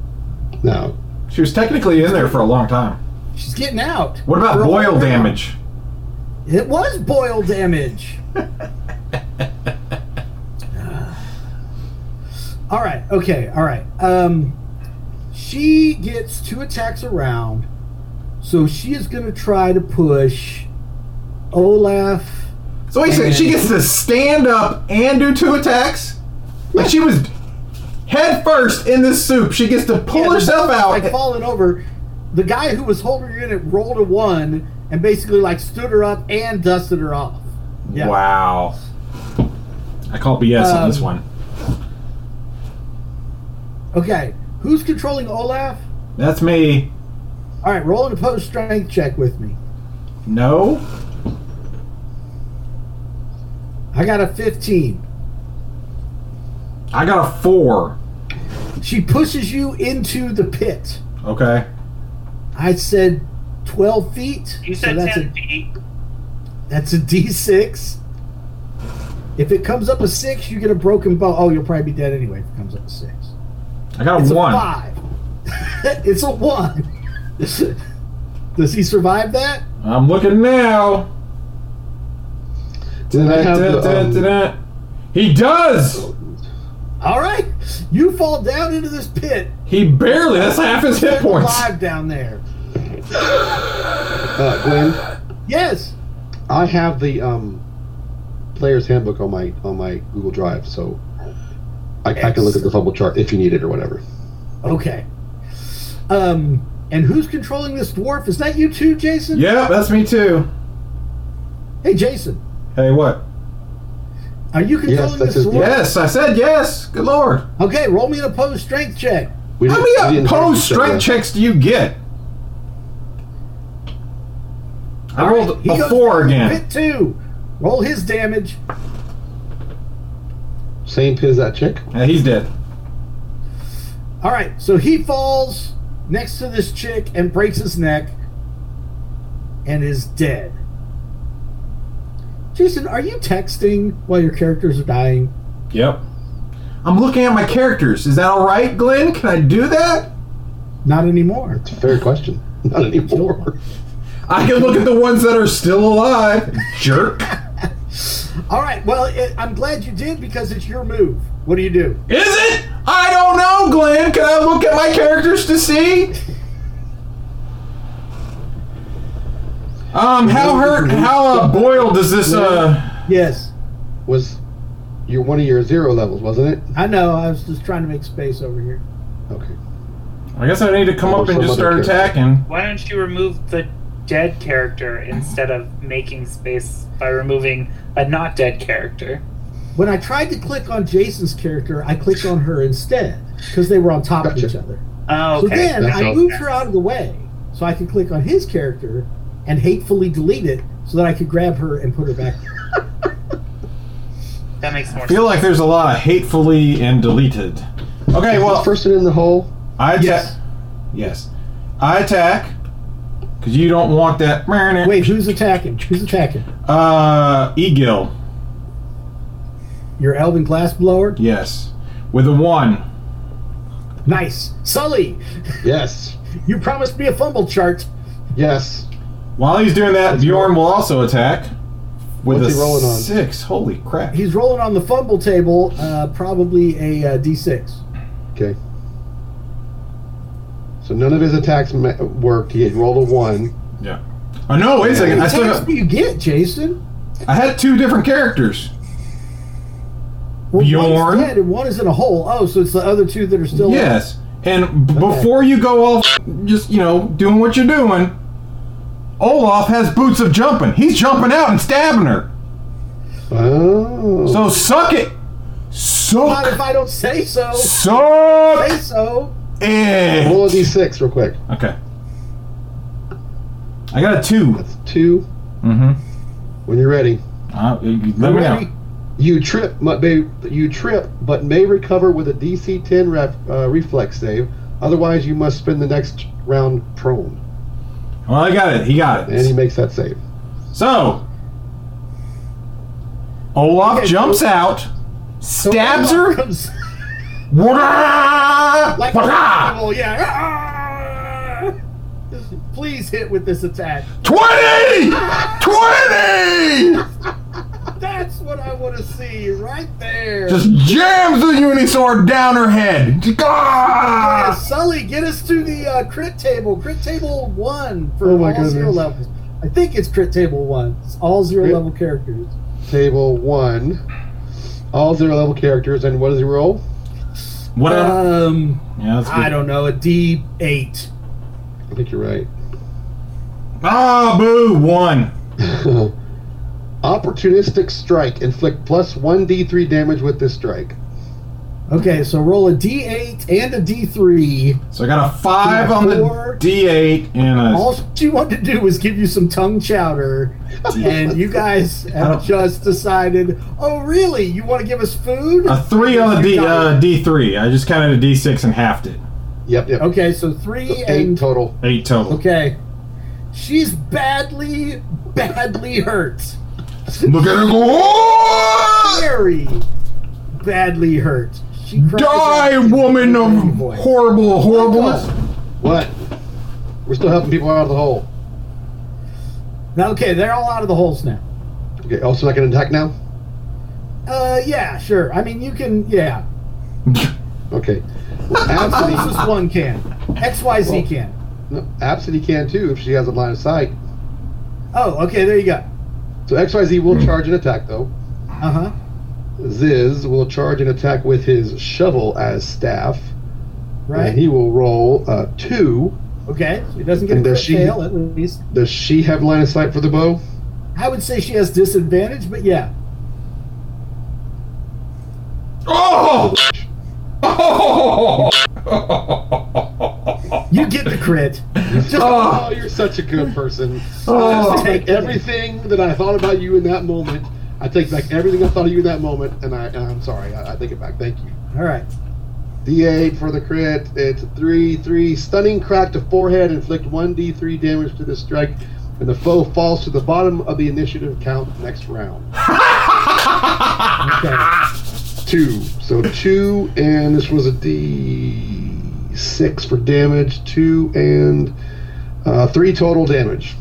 No.
She was technically in there for a long time.
She's getting out.
What about
Girl,
boil
girl.
damage?
It was boil
(laughs)
damage. Ah. all right. Okay. All right. Um, she gets two attacks around, so she is going to try to push Olaf.
So wait, so she gets to stand up and do two attacks? Like she was head first in this soup. She gets to pull herself out.
Like falling over. The guy who was holding her in it rolled a one and basically like stood her up and dusted her off. Yeah.
Wow. I call BS on this
Um,
one.
Okay. Who's controlling Olaf?
That's me.
All right. Roll an opposed strength check with me.
No.
I got a 15.
I got a four.
She pushes you into the pit.
Okay.
I said 12 feet.
You said
that's
10
a,
feet.
That's a D6. If it comes up a 6, you get a broken bone. Oh, you'll probably be dead anyway if it comes up a 6.
I got a
It's a
one.
5. (laughs) it's a 1. (laughs) Does he survive that?
I'm looking now.
Then I have the, um,
Da-da-da-da-da. He does.
All right. You fall down into this pit.
He barely. That's half his
You're
hit points.
Alive down there.
uh, Glenn.
Yes.
I have the um, player's handbook on my on my Google Drive, so I, I can look at the fumble chart if you need it or whatever.
Okay. Um, and who's controlling this dwarf? Is that you too, Jason?
Yeah, that's me too.
Hey, Jason.
Hey, what?
Are you controlling
that's
this
his-
dwarf?
Yes, I said yes. Good lord.
Okay, roll me an opposed strength check.
We
How
didn't- we
many
didn't-
opposed
we
strength
didn't-
checks do you get? I
All right,
rolled
he
a
goes
four
down to
again.
Pit two. Roll his damage.
Same pin as that chick.
Yeah, he's dead.
All right, so he falls next to this chick and breaks his neck and is dead. Jason, are you texting while your characters are dying?
Yep. I'm looking at my characters. Is that all right, Glenn? Can I do that?
Not anymore.
Fair question. (laughs) Not anymore.
I can look at the ones that are still alive. Jerk.
All right. Well, it, I'm glad you did because it's your move. What do you do?
Is it? I don't know, Glenn. Can I look at my characters to see? Um, how hurt, how uh, boiled is this? Uh,
Yes,
Was your one of your zero levels, wasn't it?
I know. I was just trying to make space over here.
Okay.
I guess I need to come up and just start attacking.
Why don't you remove the dead character
Uh-huh.
instead of making space by removing a not dead character?
When I tried to click on Jason's character, I clicked on her instead because they were on top
Gotcha.
of each other.
Oh,
So
okay.
then
That's
I
all.
moved her out of the way so I could click on his character and hatefully delete it so that I could grab her and put her back.
that makes more
I feel like there's a lot of hatefully and deleted. Okay,
Well,
well,
first one in the hole.
I attack.
Yes.
Yes. I attack. Because you don't want that.
Wait, who's attacking? Who's attacking?
Uh, Egil.
Your Elven Glassblower?
Yes. With a one.
Nice. Sully,
Yes.
you promised me a fumble chart.
Yes.
While he's doing that, Bjorn will also attack. With
What's
a
he rolling on?
six. Holy crap.
He's rolling on the fumble table, uh, probably a uh, d6.
Okay. So none of his attacks ma- worked. He had rolled a one.
Yeah. Oh, no, wait a second. I
What
still
attacks
got,
do you get, Jason?
I had two different characters.
Well,
Bjorn?
One's dead and one is in a hole. Oh, so it's the other two that are still.
Yes. And b- before you go all f- just, you know, doing what you're doing, Olaf has boots of jumping. He's jumping out and stabbing her.
Oh.
So suck it.
Not if
Suck.
I don't say so. Say
Suck
so.
it.
roll a d6 real quick.
Okay. I got a two.
That's two.
Mm-hmm.
When you're ready.
Uh, you- you let me know.
You trip, but may, you trip, but may recover with a DC 10 ref, uh, reflex save. Otherwise, you must spend the next round prone.
Well, I got it. He got
And he
it.
makes that save.
So, Olaf jumps out, stabs her.
Comes
Wah!
like
Wah!
a yeah. Ah! Please hit with this attack.
20! 20!
That's what I want to see right there.
Just jams the Unisword down her head. Just-
Yeah,
ah!
Sully, get us to the uh, crit table. Crit table one for
Oh
all
my
zero
goodness.
levels. I think it's crit table one. It's all zero
Crit-
level characters.
Table one. All zero level characters, and what does he roll?
Whatever.
Um,
Yeah, that's
I
good.
don't know. A D eight.
I think you're right. (laughs)
Ah, boo, one.
Opportunistic strike. Inflict plus 1d3 damage with this strike.
Okay, so roll a d8 and a d3.
So I got a five on the
Four.
D8 and a.
All she wanted to do was give you some tongue chowder, and you guys have just decided, oh, really? You want to give us food?
A three on the D,
You got
uh, D3. I just counted a D6 and halved it.
Yep, yep.
it. Okay, so three
Eight
and.
total.
Eight total.
Okay. She's badly, badly hurt.
Look at her go, "Oh!"
Very badly hurt. She cries
Die,
out in a
woman
screaming
of
voice.
horrible horribleness.
What? We're still helping people out of the hole.
Now, Okay, they're all out of the holes now.
Okay, also I can attack now?
Uh, yeah, sure. I mean, you can, yeah.
Okay.
(laughs)
Well, Absidy,
Closest one can. XYZ
Well-
can.
no, Absidy can too if she has a line of sight.
Oh, okay, there you go.
So XYZ will charge and attack though.
Uh huh.
Ziz will charge and attack with his shovel as staff.
Right?
And he will roll uh, two.
okay, so he doesn't get a
And does
crit
she-
fail at least.
Does she have line of sight for the bow?
I would say she has disadvantage, but yeah.
Oh! (laughs) Oh!
Oh.
You get the
(laughs)
crit.
Just,
Oh.
oh, you're such a good person.
Oh.
I take everything that I thought about you in that moment. I take back everything I thought of you in that moment, and I and I'm sorry. I, I take it back. Thank you.
All right.
D8 for the crit. It's three, three. Stunning crack to forehead. Inflict one D3 damage to the strike, and the foe falls to the bottom of the initiative count next round.
Okay.
Two. So two, and this was a D6 for damage. Two and uh, three total damage.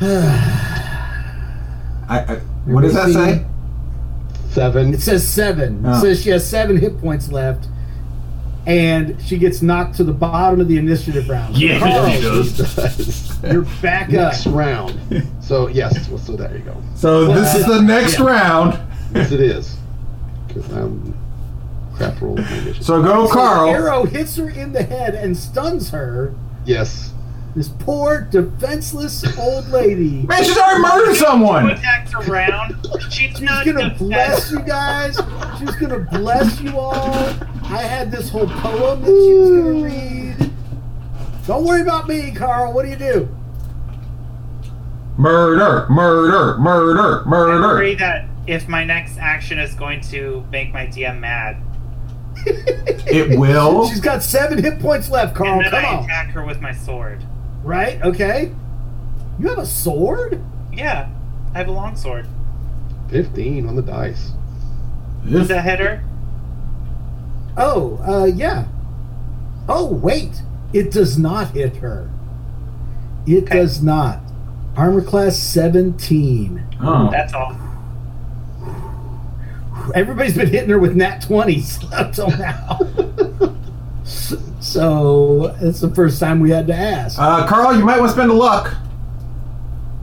I, I, what does that say?
Seven.
It says seven.
Oh.
It says she has seven hit points left, and she gets knocked to the bottom of the initiative round.
Yeah,
Carl,
she does.
You're back up.
(laughs) Next round. So yes. Well, so there you go.
So this is the next round.
Yes, it is. Because I'm crap roll. with my initiative.
So go, Carl.
Arrow hits her in the head and stuns her.
Yes.
This poor, defenseless old lady.
Man, she's already murdered
Two
someone.
attacks around. She's not
She's gonna bless
defensive.
you guys. She's gonna bless you all. I had this whole poem that she was gonna read. Don't worry about me, Carl. What do you do?
Murder, murder, murder,
I agree
murder.
that if my next action is going to make my DM mad,
It will.
She's got seven hit points left, Carl.
Oh. and then
Oh, Come
I
on.
attack her with my sword.
Right? Okay. You have a sword?
Yeah, I have a long sword.
15 on the dice.
Is that hitter?
Oh, uh, yeah. Oh, wait. It does not hit her. It
Okay.
does not. Armor class 17.
Oh.
That's all.
Everybody's been hitting her with nat 20s (laughs) up till now. so, it's the first time we had to ask.
Uh, Carl, you might want to spend a luck.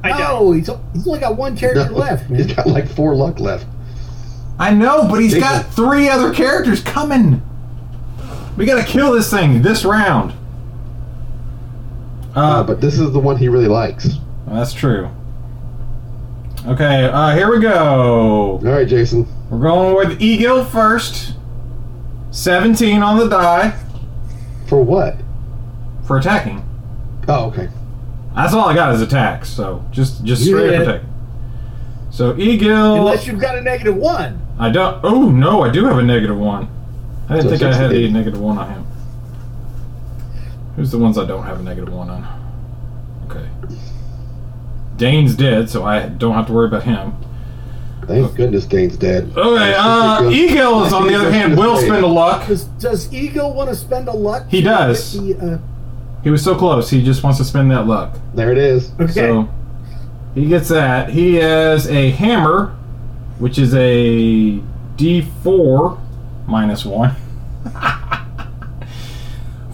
I don't.
no, he's, he's only got one character left, man.
(laughs) He's got like four luck left.
I know, but he's got three other characters coming. We gotta kill this thing this round.
Uh,
Uh,
but this is the one he really likes.
that's true. Okay, uh, here we go.
All right, Jason.
We're going with Egil first. 17 on the die
For what?
for attacking.
Oh, okay.
That's all I got is attacks, so just just
You
straight up
hit.
attack. So Egil,
Unless you've got a negative one.
I don't. Oh no, I do have a negative one. I
So
didn't think I had a
68.
negative one on him. Who's the ones I don't have a negative one on? Okay. Dane's dead, so I don't have to worry about him.
Thank goodness Dane's dead.
Okay, uh, Egil is on the other hand. Will spend a luck.
Does, does Eagle want to spend a luck?
He does.
He, uh,
He was so close. He just wants to spend that luck.
There it is. (laughs)
okay.
So he gets that. He has a hammer, which is a D4 minus one. (laughs)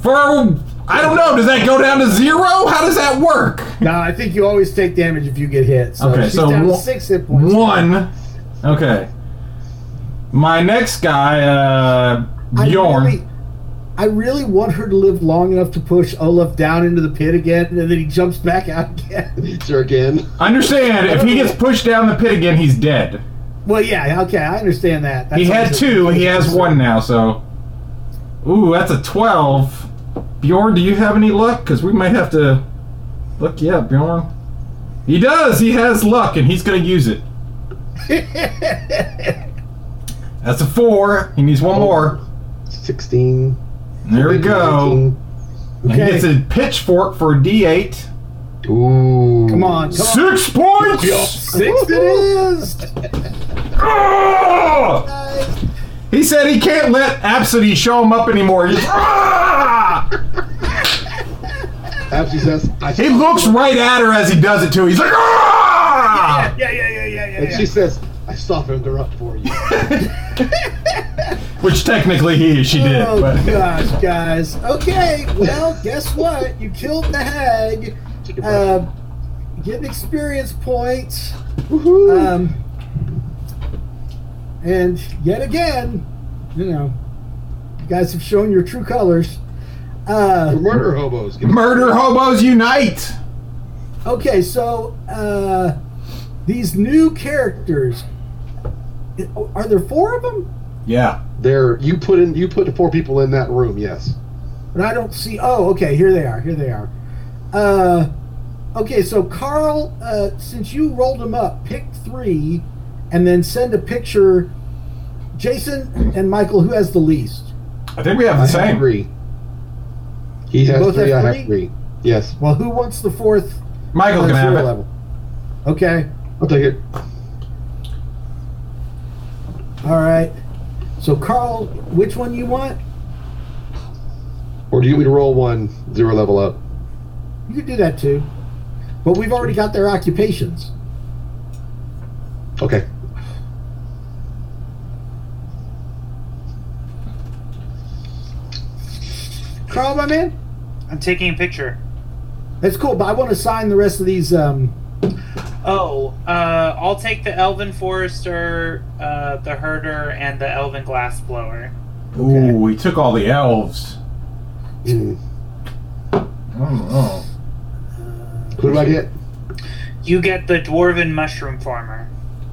For I don't know. Does that go down to zero? How does that work?
No, I think you always take damage if you get hit. So
Okay,
she's
so
down to
one-
six hit points.
One. Okay. My next guy, uh,
I
Bjorn.
Really, I really want her to live long enough to push Olaf down into the pit again, and then he jumps back out again.
Eats her again.
Understand? If he gets pushed down the pit again, he's dead.
Well, yeah, okay, I understand that. That's
He had
always a-
two. He has one now. So, ooh, that's a twelve. Bjorn, do you have any luck? Because we might have to look you up, Bjorn. He does. He has luck, and he's gonna
(laughs)
use it. That's a four. He needs
Oh.
one more.
16.
There we go.
19.
And He gets a pitchfork for a D8.
Ooh.
Come on, come on.
Six points.
Six it is.
Ah! He said he can't let Absidy show him up anymore. He's- Ah!
Absy says, I
He looks right at her as he does it too. He's like, ah!
Yeah, yeah, yeah, yeah, yeah.
And she says, I softened her up for
(laughs)
you.
Which technically he she did,
Oh
but
gosh, guys. Okay, well, guess what? You killed the hag. Um, get experience points. Um, and yet again, you know, you guys have shown your true colors. Uh,
We're murder hobos. Give me-
murder hobos unite.
okay, so uh, these new characters. Are there four of them?
Yeah,
There, you put in, you put four people in that room. Yes.
But I don't see. Oh, okay. Here they are. Here they are. Uh, okay, so Carl, uh, since you rolled them up, pick three, and then send a picture. Jason and Michael, who has the least?
I think we have the
I have
same.
three. He has
both
three.
have
I have
three?
three. Yes.
Well, who wants the fourth
Michael
on
can
zero
have it.
level? Okay.
I'll take it.
All right. So Carl, which one you want?
Or do you want me to roll one zero level up?
You could do that too. But we've already got their occupations.
Okay.
Carl, my man,
I'm taking a picture.
that's cool. But I want to sign the rest of these. Um,
Oh, uh, I'll take the Elven Forester, uh, the Herder, and the Elven Glassblower.
Ooh, we took all the elves.
Mm.
I don't know.
Who do I get?
You get the Dwarven Mushroom Farmer.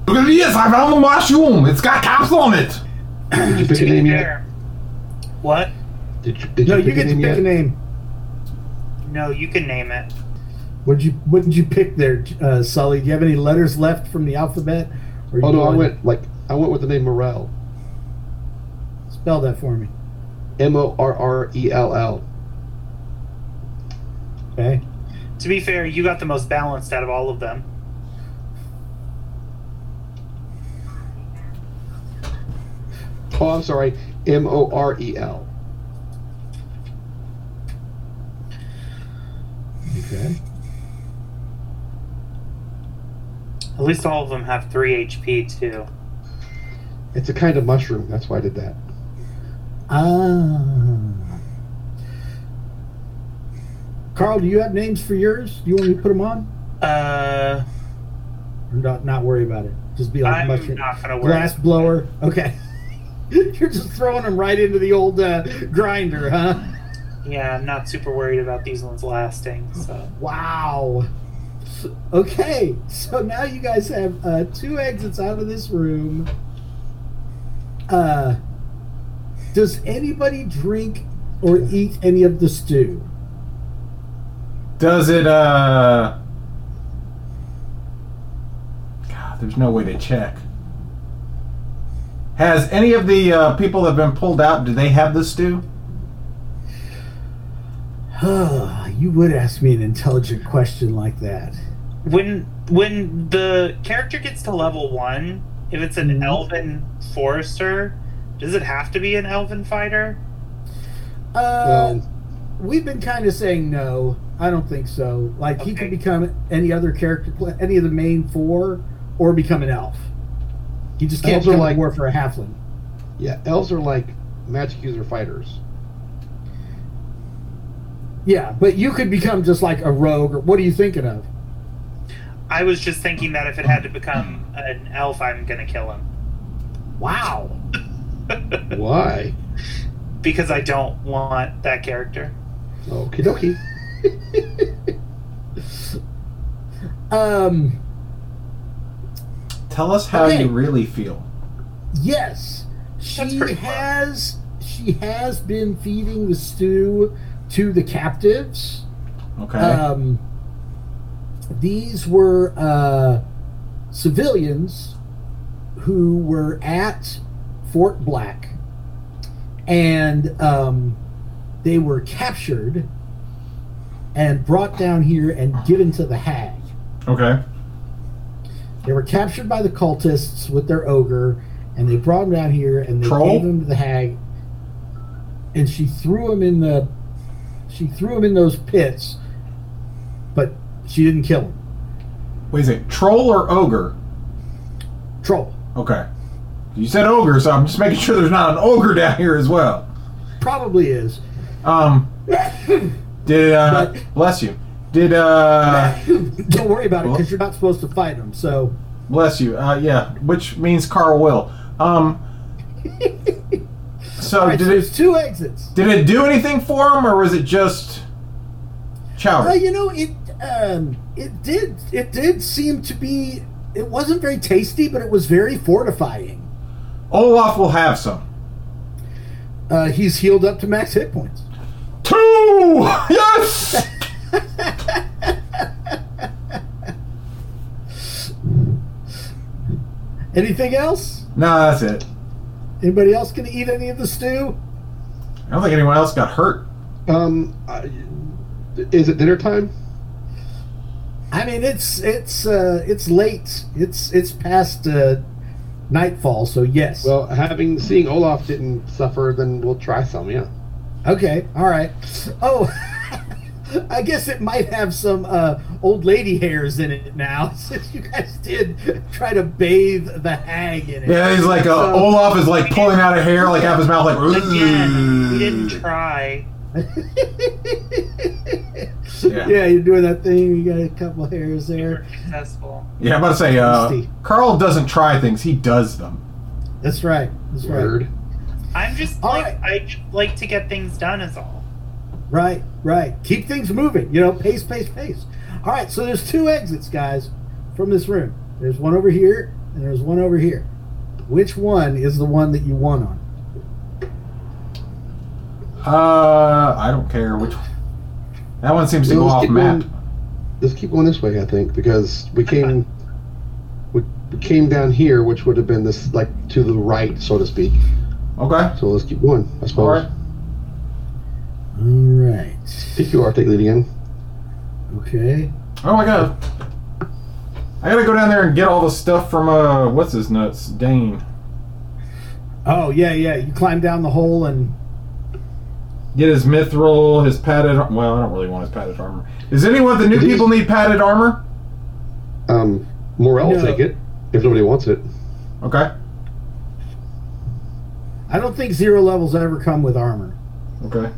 Look at this! I found the mushroom. It's got caps on it.
Did you pick a name yet?
What?
Did you, did
no,
you
you
pick
get
a
to
name
pick
yet?
a name.
No, you can name it.
What did you What did you pick there, uh, Sully? Do you have any letters left from the alphabet? Or
Oh
you
no, I
going-
went like I went with the name Morel.
Spell that for me.
M O R R E L L.
Okay.
To be fair, you got the most balanced out of all of them.
Oh, I'm sorry. M O R E L.
Okay.
At least all of them have 3 HP, too.
It's a kind of mushroom. That's why I did that.
Ah. Carl, do you have names for yours? Do you want me to put them on?
Uh,
Or not, not worry about it. Just be like
I'm
mushroom.
not going to worry.
Glass blower. Okay. (laughs) You're just throwing them right into the old uh, grinder, huh?
Yeah, I'm not super worried about these ones lasting, so.
Wow. Okay, so now you guys have uh, two exits out of this room. Uh, does anybody drink or eat any of the stew? (sighs)
Does it? uh... God, there's no way to check. Has any of the uh, people that have been pulled out? Do they have the stew?
you would ask me an intelligent question like that.
when when the character gets to level one, if it's an elven forester, does it have to be an elven fighter?
Uh,
Well,
we've been kind of saying no. I don't think so. Like he
Okay.
could become any other character, any of the main four, or become an elf. He just can't
Elves are
become
like-
a dwarf or a halfling.
yeah, elves are like magic user fighters.
Yeah, but you could become just like a rogue. Or what are you thinking of?
I was just thinking that if it had to become an elf, I'm gonna kill him
(laughs) Wow.
Why?
(laughs) because I don't want that character.
Okie dokie.
Um.
Tell us how
Okay.
you really feel.
Yes, she
pretty wild.
has. She has been feeding the stew to the captives.
Okay.
Um, these were uh, civilians who were at Fort Black, and um, they were captured and brought down here and given to the hag.
okay.
They were captured by the cultists with their ogre, and they brought them down here and they
Troll?
gave them to the hag. And she threw them in the, she threw them in those pits, but she didn't kill them.
Wait a second. Troll or ogre?
Troll,
Okay. You said ogre, so I'm just making sure there's not an ogre down here as well.
probably is. (laughs)
Um. Did uh?
But-
Bless you.
(laughs)
Did uh?
Don't worry about it because you're not supposed to fight them. So
Bless you. Uh, yeah, which means Carl will. Um. So
All right, so
Oh, did it
there's two exits.
did it do anything for him, or was it just chowder?
Uh, you know, it um, it did it did seem to be. It wasn't very tasty, but it was very fortifying.
Olaf will have some.
Uh, he's healed up to max hit points.
Two. (laughs) Yes.
Anything else?
no, that's it.
Anybody else gonna eat any of the stew?
I don't think anyone else got hurt.
Um, I- is it dinner time?
I mean, it's it's uh, it's late. It's it's past uh, nightfall, so yes.
Well, having seeing Olaf didn't suffer, then we'll try some. Yeah.
okay, all right. Oh, (laughs) I guess it might have some uh, old lady hairs in it now, (laughs) since you guys did try to bathe the hag in it.
Yeah, he's like uh,
So- (laughs)
Olaf is like pulling out a hair like out of his mouth, like.
Again, we didn't
Mm.
try.
Yeah.
yeah, you're doing that thing. You got a couple hairs
We
there.
were successful.
Yeah, I'm about to say, uh,
Misty.
Carl doesn't try things; he does them.
That's right. That's right.
Word.
I'm just
All
like I just like to get things done is all.
Right, right. Keep things moving. You know, pace, pace, pace. All right, so there's two exits, guys, from this room. There's one over here, and there's one over here. Which one is the one that you want on?
Uh, I don't care which. One. That one seems to
Yeah,
go
let's
off
get
map.
going. Let's keep going this way, I think, because we came we, we came down here, which would have been this like to the right, so to speak.
Okay.
So let's keep going. I
All
suppose.
right.
All right.
I think you are take lead again.
Okay.
Oh my god. I gotta go down there and get all the stuff from uh, what's his nuts, Dane.
Oh, yeah, yeah. You climb down the hole and.
Get his mithril, his padded. ar- Well, I don't really want his padded armor. Is anyone the new
It is-
people need padded armor?
Um, Morel will
No.
take it if nobody wants it.
Okay.
I don't think zero levels ever come with armor.
Okay.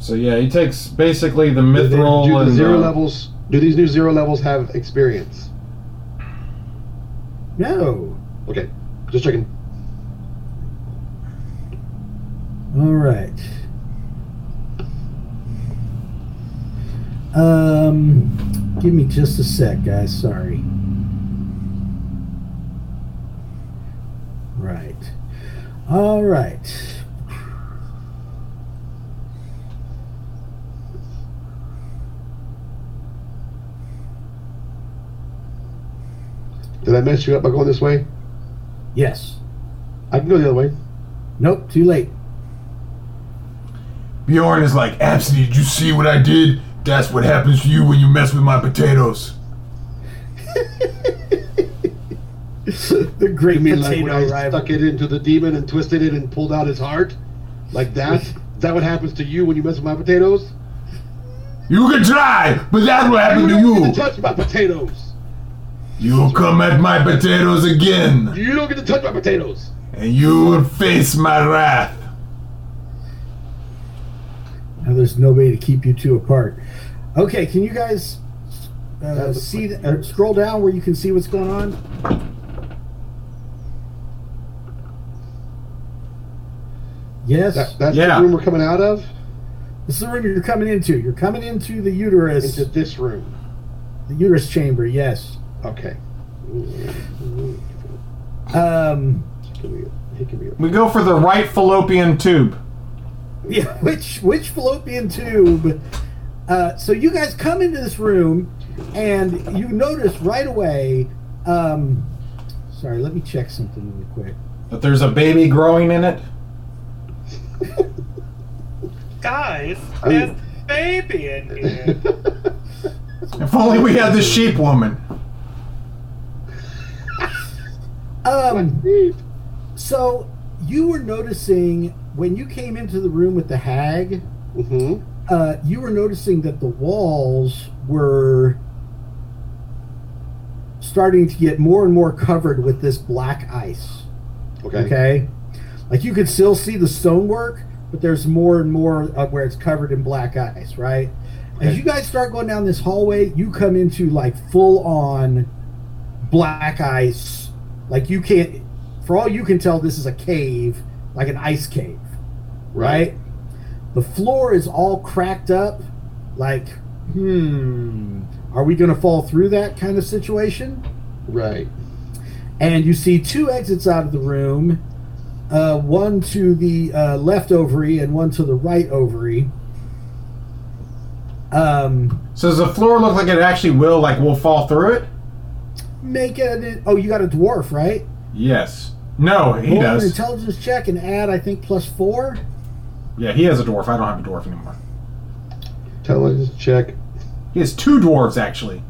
So yeah, he takes basically the
Do the
mithril and
zero
uh,
levels. Do these new zero levels have experience?
No.
Okay, just checking.
All right. Um, give me just a sec, guys. Sorry. Right. All right.
Did I mess you up by going this way?
Yes.
I can go the other way.
Nope. Too late. (laughs)
Bjorn is like, Absentee, did you see what I did? That's what happens to you when you mess with my potatoes.
the great
You mean like
potato
when I
rival.
stuck it into the demon and twisted it and pulled out his heart? Like that? Is that what happens to you when you mess with my potatoes?
You can try, but that's what happened to
don't
you.
get to touch my potatoes!
You'll come at my potatoes again,
You don't get to touch my potatoes!
and you will face my wrath.
Now there's nobody to keep you two apart. Okay. Can you guys uh,
looks
see? th- uh, scroll down where you can see what's going on. Yes.
That, that's
Yeah.
the room we're coming out of?
This is the room you're coming into. You're coming into the uterus,
Into this room.
the uterus chamber. Yes.
Okay.
Um,
He can be- He can be
We go for the right fallopian tube.
yeah, (laughs) which which fallopian tube? Uh, so you guys come into this room, and you notice right away. Um, sorry, let me check something really quick.
That there's a baby growing in it.
Guys, there's a baby in here.
If only we had the sheep woman.
Um, so you were noticing when you came into the room with the hag.
hmm
uh, you were noticing that the walls were starting to get more and more covered with this black ice.
Okay.
Okay. Like you could still see the stonework, but there's more and more of where it's covered in black ice, right? As
Okay.
you guys start going down this hallway, you come into like full on black ice. Like you can't, for all you can tell, this is a cave, like an ice cave right? The floor is all cracked up, like, hmm, are we going to fall through that kind of situation?
Right.
And you see two exits out of the room uh, one to the uh, left ovary and one to the right ovary. Um,
So does the floor look like it actually will, like we'll fall through it?
make it. Oh, you got a dwarf, right?
Yes. No, he
Roll an
does.
intelligence check and add, I think, plus four.
Yeah, he has a dwarf. I don't have a dwarf anymore.
Intelligence check.
He has two dwarves actually.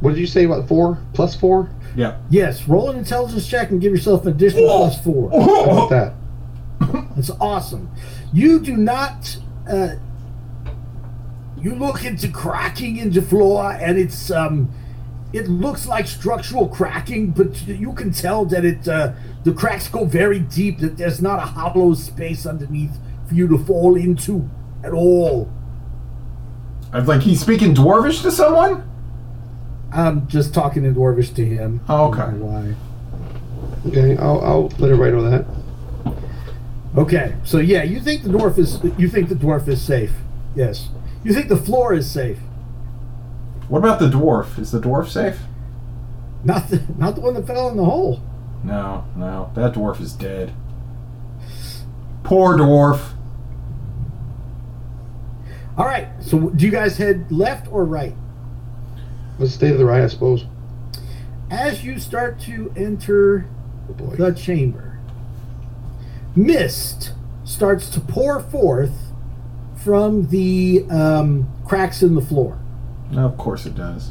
What did you say about four? Plus four?
Yeah.
Yes, roll an intelligence check and give yourself an additional plus four.
How about that?
It's awesome. You do not. Uh, you look into cracking in the floor, and it's um, it looks like structural cracking, but you can tell that it uh, the cracks go very deep. That there's not a hollow space underneath for you to fall into at all.
I was like, he's speaking dwarvish to someone?
I'm just talking in dwarvish to him.
Oh, okay.
Why?
Okay, I'll, I'll let everybody know that.
Okay, so yeah, you think the dwarf is you think the dwarf is safe? Yes. You think the floor is safe?
What about the dwarf? Is the dwarf safe?
Not the not the one that fell in the hole.
No, no. That dwarf is dead. Poor dwarf.
All right. So, do you guys head left or right?
Let's stay to the right, I suppose.
As you start to enter
Oh boy.
the chamber, mist starts to pour forth from the um, cracks in the floor,
No, of course it does.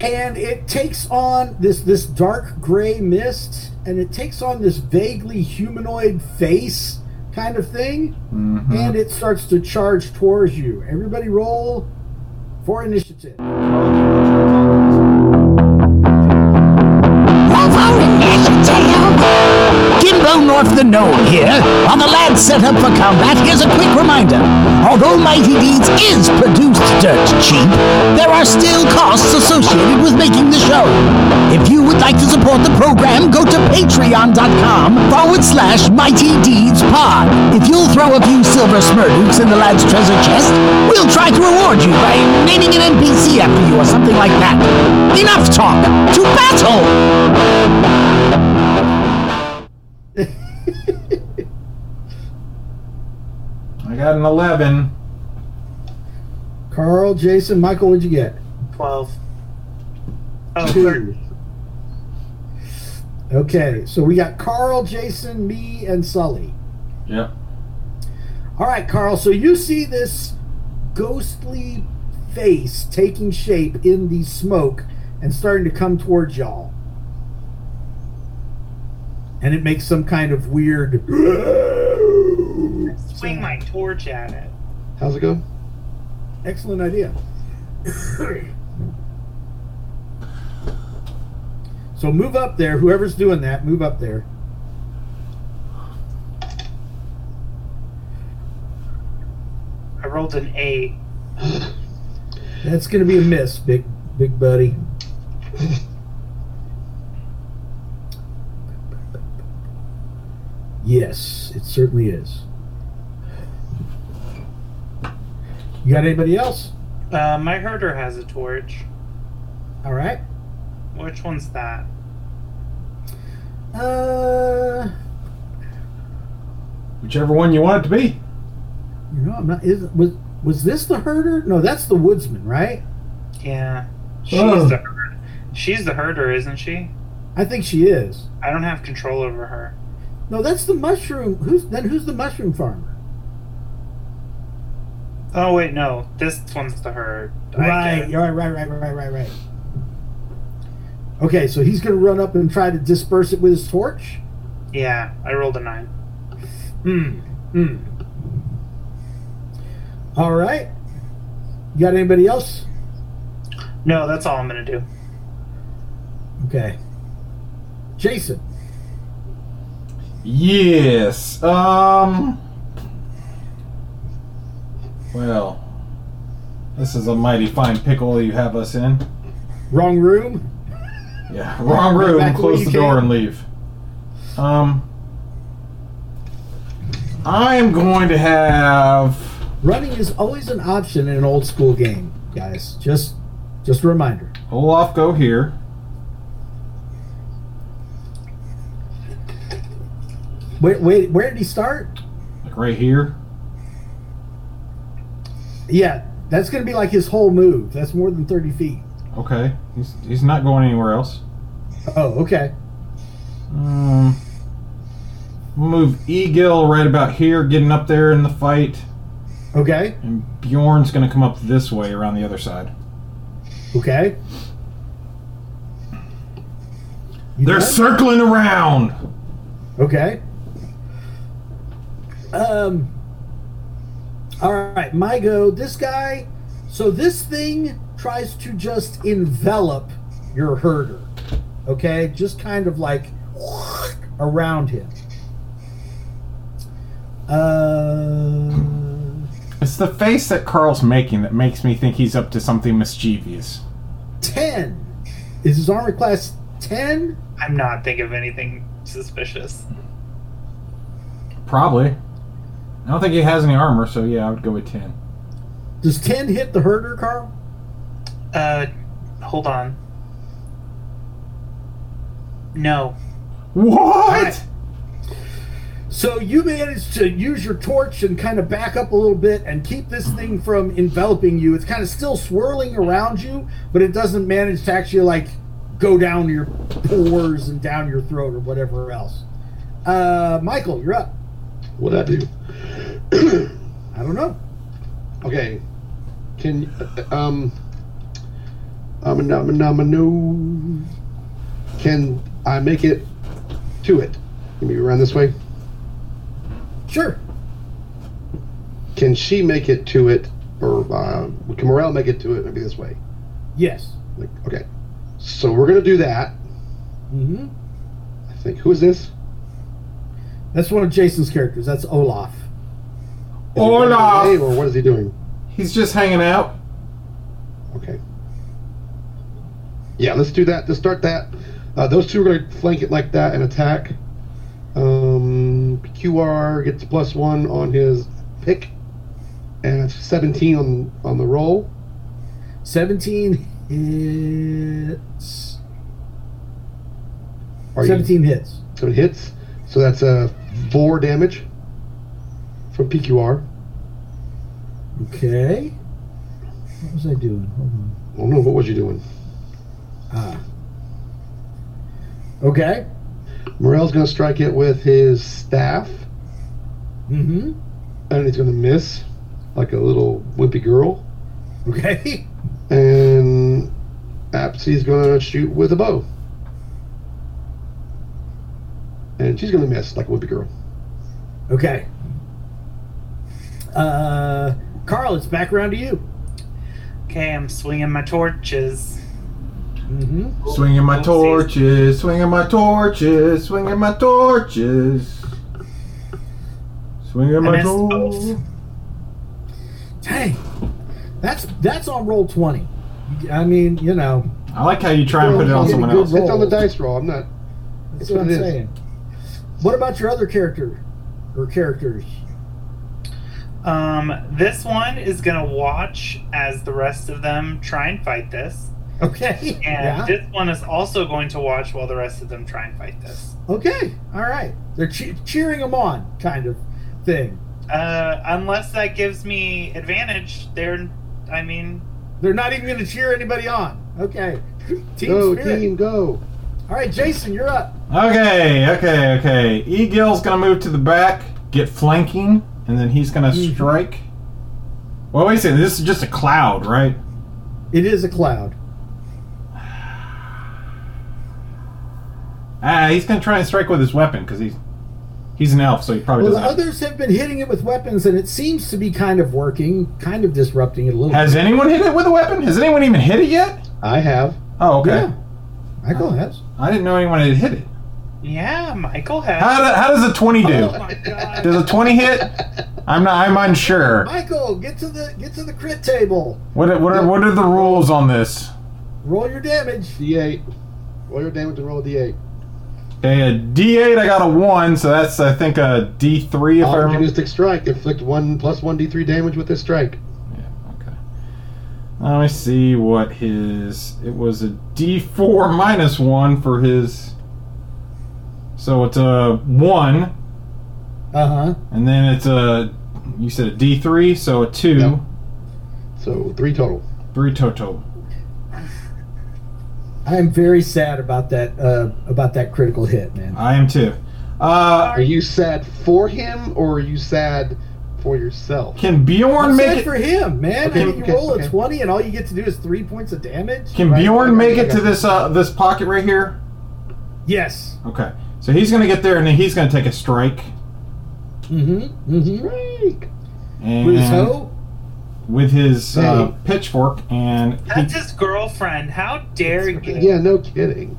and it takes on this this dark gray mist, and it takes on this vaguely humanoid face kind of thing,
Mhm.
and it starts to charge towards you. Everybody, roll for initiative. (laughs)
Roll for initiative. Gimbo North the Gnome here. On the lad set up for combat, here's a quick reminder. Although Mighty Deeds is produced dirt cheap, there are still costs associated with making the show. If you would like to support the program, go to patreon.com forward slash Mighty Deeds Pod. If you'll throw a few silver smurdukes in the lad's treasure chest, we'll try to reward you by naming an NPC after you or something like that. Enough talk. To battle!
I got an 11.
Carl, Jason, Michael, what'd you get?
12. Oh, 13.
Okay, so we got Carl, Jason, me, and Sully.
Yep.
All right, Carl, so you see this ghostly face taking shape in the smoke and starting to come towards y'all. And it makes some kind of weird.
Swing my torch at it.
How's it go?
Excellent idea. so move up there. Whoever's doing that, move up there.
I rolled an 8.
That's going to be a miss, big big buddy. yes, it certainly is. You got anybody else?
Um, Uh, my herder has a torch.
All right.
Which one's that?
Uh,
Whichever one you want it to be.
you know, I'm not. Is was was this the herder? No, that's the woodsman, right?
Yeah. She's
Oh.
the herder. She's the herder, isn't she?
I think she is.
I don't have control over her.
No, that's the mushroom. Who's then? Who's the mushroom farmer?
Oh wait, no. This one's the herd. I
Right.
get it.
Right. Right. Right. Right. Right. Right. Okay, so he's going to run up and try to disperse it with his torch.
Yeah, I rolled a nine.
Hmm. Hmm. All right. You got anybody else?
No, that's all I'm gonna do.
Okay. Jason.
Yes. Um. Well, this is a mighty fine pickle you have us in.
Wrong room.
Yeah, wrong room.
Back the way
close
you
the door
came.
and leave. Um, I am going to have.
Running is always an option in an old school game, guys. Just, just a reminder.
Olaf go here.
Wait, wait. Where did he start?
Like right here.
Yeah, that's going to be like his whole move. That's more than thirty feet.
Okay. He's, he's not going anywhere else.
Oh, okay.
Um, move Egil right about here, getting up there in the fight.
Okay.
And Bjorn's going to come up this way around the other side.
Okay. You
They're
done?
circling around.
Okay. Um. All right, my go. This guy. So this thing tries to just envelop your herder. Okay, just kind of like around him. Uh.
It's the face that Carl's making that makes me think he's up to something mischievous.
10. Is his armor class 10?
I'm not thinking of anything suspicious.
Probably. I don't think he has any armor, so yeah, I would go with 10.
Does 10 hit the herder, Carl?
Uh, hold on. No.
What?
So you manage to use your torch and kind of back up a little bit and keep this thing from enveloping you. It's kind of still swirling around you, but it doesn't manage to actually like go down your pores and down your throat or whatever else. Uh, Michael, you're up.
What I do?
I don't know.
Okay. Can um um nom, nom, no. Can I make it to it? Can we run this way?
Sure.
Can she make it to it, or uh, can Morel make it to it? Maybe this way.
Yes.
Like, okay. So we're gonna do that.
hmm
I think. Who is this?
That's one of Jason's characters. That's Olaf.
Is he running
Olaf!
away, Or what is he doing?
He's just hanging out.
Okay. Yeah, let's do that. Let's start that. Uh, those two are going to flank it like that and attack. Um, QR gets plus one on his pick, and it's 17 on on the roll.
17 hits.
Are you-
17 hits.
so it hits. So that's uh, four damage from PQR.
Okay. What was I doing? Hold on.
Oh no, what was you doing?
Ah. Okay.
Morel's going to strike it with his staff,
Mm-hmm.
and he's going to miss like a little wimpy girl.
Okay. (laughs)
And Apsy's gonna shoot with a bow. And she's gonna miss like a whippy girl.
Okay. Uh, Carl, it's back around to you.
Okay, I'm swinging my torches.
Mm-hmm.
Swinging my
Oopsies.
torches, swinging my torches, swinging my torches. Swinging my
missed
torches.
both.
Dang. That's that's on roll twenty. I mean, you know,
I like how you try and put it on
Getting
someone
good
else.
It's on the
roll.
dice roll. I'm not.
that's
It's
what
what
I'm
it is.
saying. What about your other character or characters?
Um, this one is gonna watch as the rest of them try and fight this.
(laughs)
Okay.
And
Yeah.
this one is also going to watch while the rest of them try and fight this.
Okay. All right. They're che- cheering them on, kind of thing.
Uh, unless that gives me advantage, they're. I mean,
They're not even going to cheer anybody on. Okay. Team
Go
spirit.
team, go!
All right, Jason, you're up.
Okay, okay, okay. Egil's gonna move to the back, get flanking, and then he's gonna strike. Well, wait a second. This is just a cloud, right?
It is a cloud.
Ah, he's gonna try and strike with his weapon because he's he's an elf, so he probably
Well, the
doesn't. have-
others have been hitting it with weapons, and it seems to be kind of working, kind of disrupting it a little.
Has
bit.
anyone hit it with a weapon? Has anyone even hit it yet?
I have.
Oh, okay.
Yeah. Michael has.
I didn't know anyone had hit it.
yeah, Michael has.
How, do, how does a twenty do?
Oh my god.
Does a twenty hit? I'm not. I'm unsure.
Michael, get to the get to the crit table.
What are- what are, what are the rules on this?
Roll your damage.
D8. Roll your damage and roll a D8.
Okay, a D8. I got a one, so that's I think a D3 if
Oh,
I remember.
Opportunistic strike. Inflict one plus one D3 damage with this strike.
Okay. Let me see what his. It was a D4 minus one for his. So it's a one,
Uh huh.
and then it's a. You said a D3, so a two,
Yep. So three total.
three total.
I'm very sad about that uh, about that critical hit, man.
I am two. Uh,
Are you sad for him or are you sad for yourself?
can Bjorn
I'm
make
sad
it?
for him, man.
Okay,
I mean, you
okay,
roll
okay.
a twenty, and all you get to do is three points of damage.
Can
Right,
Bjorn
right,
make
right,
it to
okay.
this uh this pocket right here?
Yes.
Okay. So he's gonna get there, and then he's gonna take a strike.
Mm-hmm. Mm-hmm.
Strike.
And
With his hoe?
with his uh,
Hey.
pitchfork, and he
That's his girlfriend. How dare you?
Yeah, no kidding.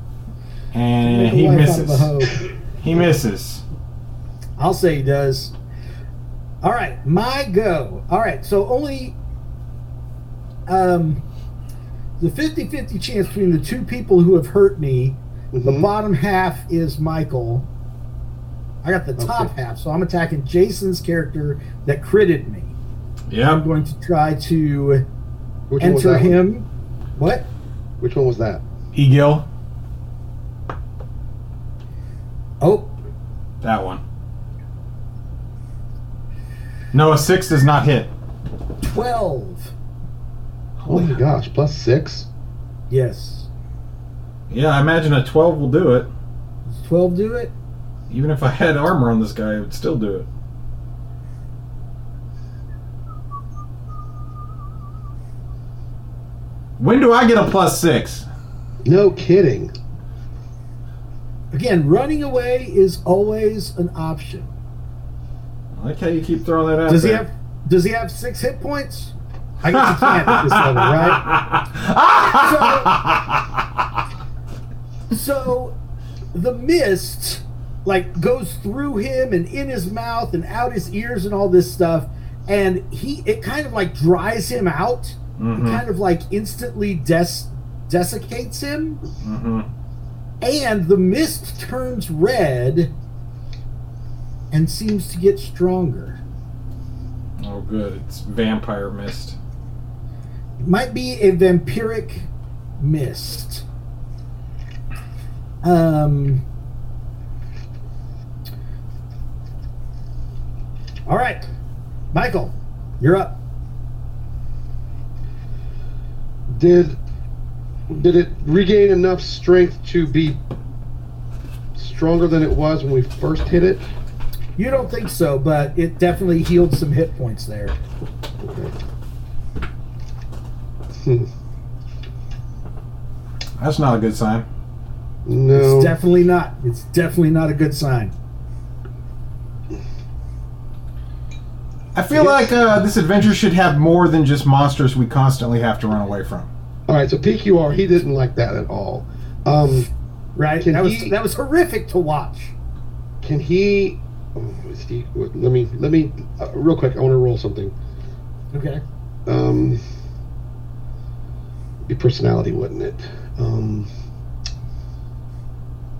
and
Make a
he
wife out of a
misses.
hoe.
He misses.
I'll say he does. All right, my go. All right, so only um, the 50 50 chance between the two people who have hurt me. The
Mhm.
bottom half is Michael. I got the top half, so I'm attacking Jason's character that critted me. I'm
Yep.
going to try to
Which one was
enter
that one?
him. What?
Which one was that?
Egil.
Oh,
That one. No, a six does not hit.
12.
Oh my gosh, plus six.
Yes.
Yeah, I imagine a twelve will do it.
Does 12 do it?
Even if I had armor on this guy, it would still do it. When do I get a plus six?
No kidding.
Again, running away is always an option.
I like how you keep throwing that out.
Does he
there.
have (laughs) Does he have six hit points? I guess he can't at this level,
(laughs)
right? So, so the mist like goes through him and in his mouth and out his ears and all this stuff, and he it kind of like dries him out.
Mm-hmm, Hmm.
It kind of like instantly des- desiccates him,
mm-hmm.
and the mist turns red and seems to get stronger.
Oh, good. It's vampire mist.
might be a vampiric mist. Um. All right, Michael, you're up.
Did did it regain enough strength to be stronger than it was when we first hit it?
You don't think so, but it definitely healed some hit points there.
Hmm.
That's not a good sign.
No.
It's definitely not. It's definitely not a good sign.
I feel like uh, this adventure should have more than just monsters we constantly have to run away from.
All right, so PQR, he didn't like that at all. Um,
Right?
Can
that was
he-
that was horrific to watch.
can he? Oh, is he let me let me uh, real quick. I want to roll something.
Okay.
Um, be personality, wouldn't it? Um,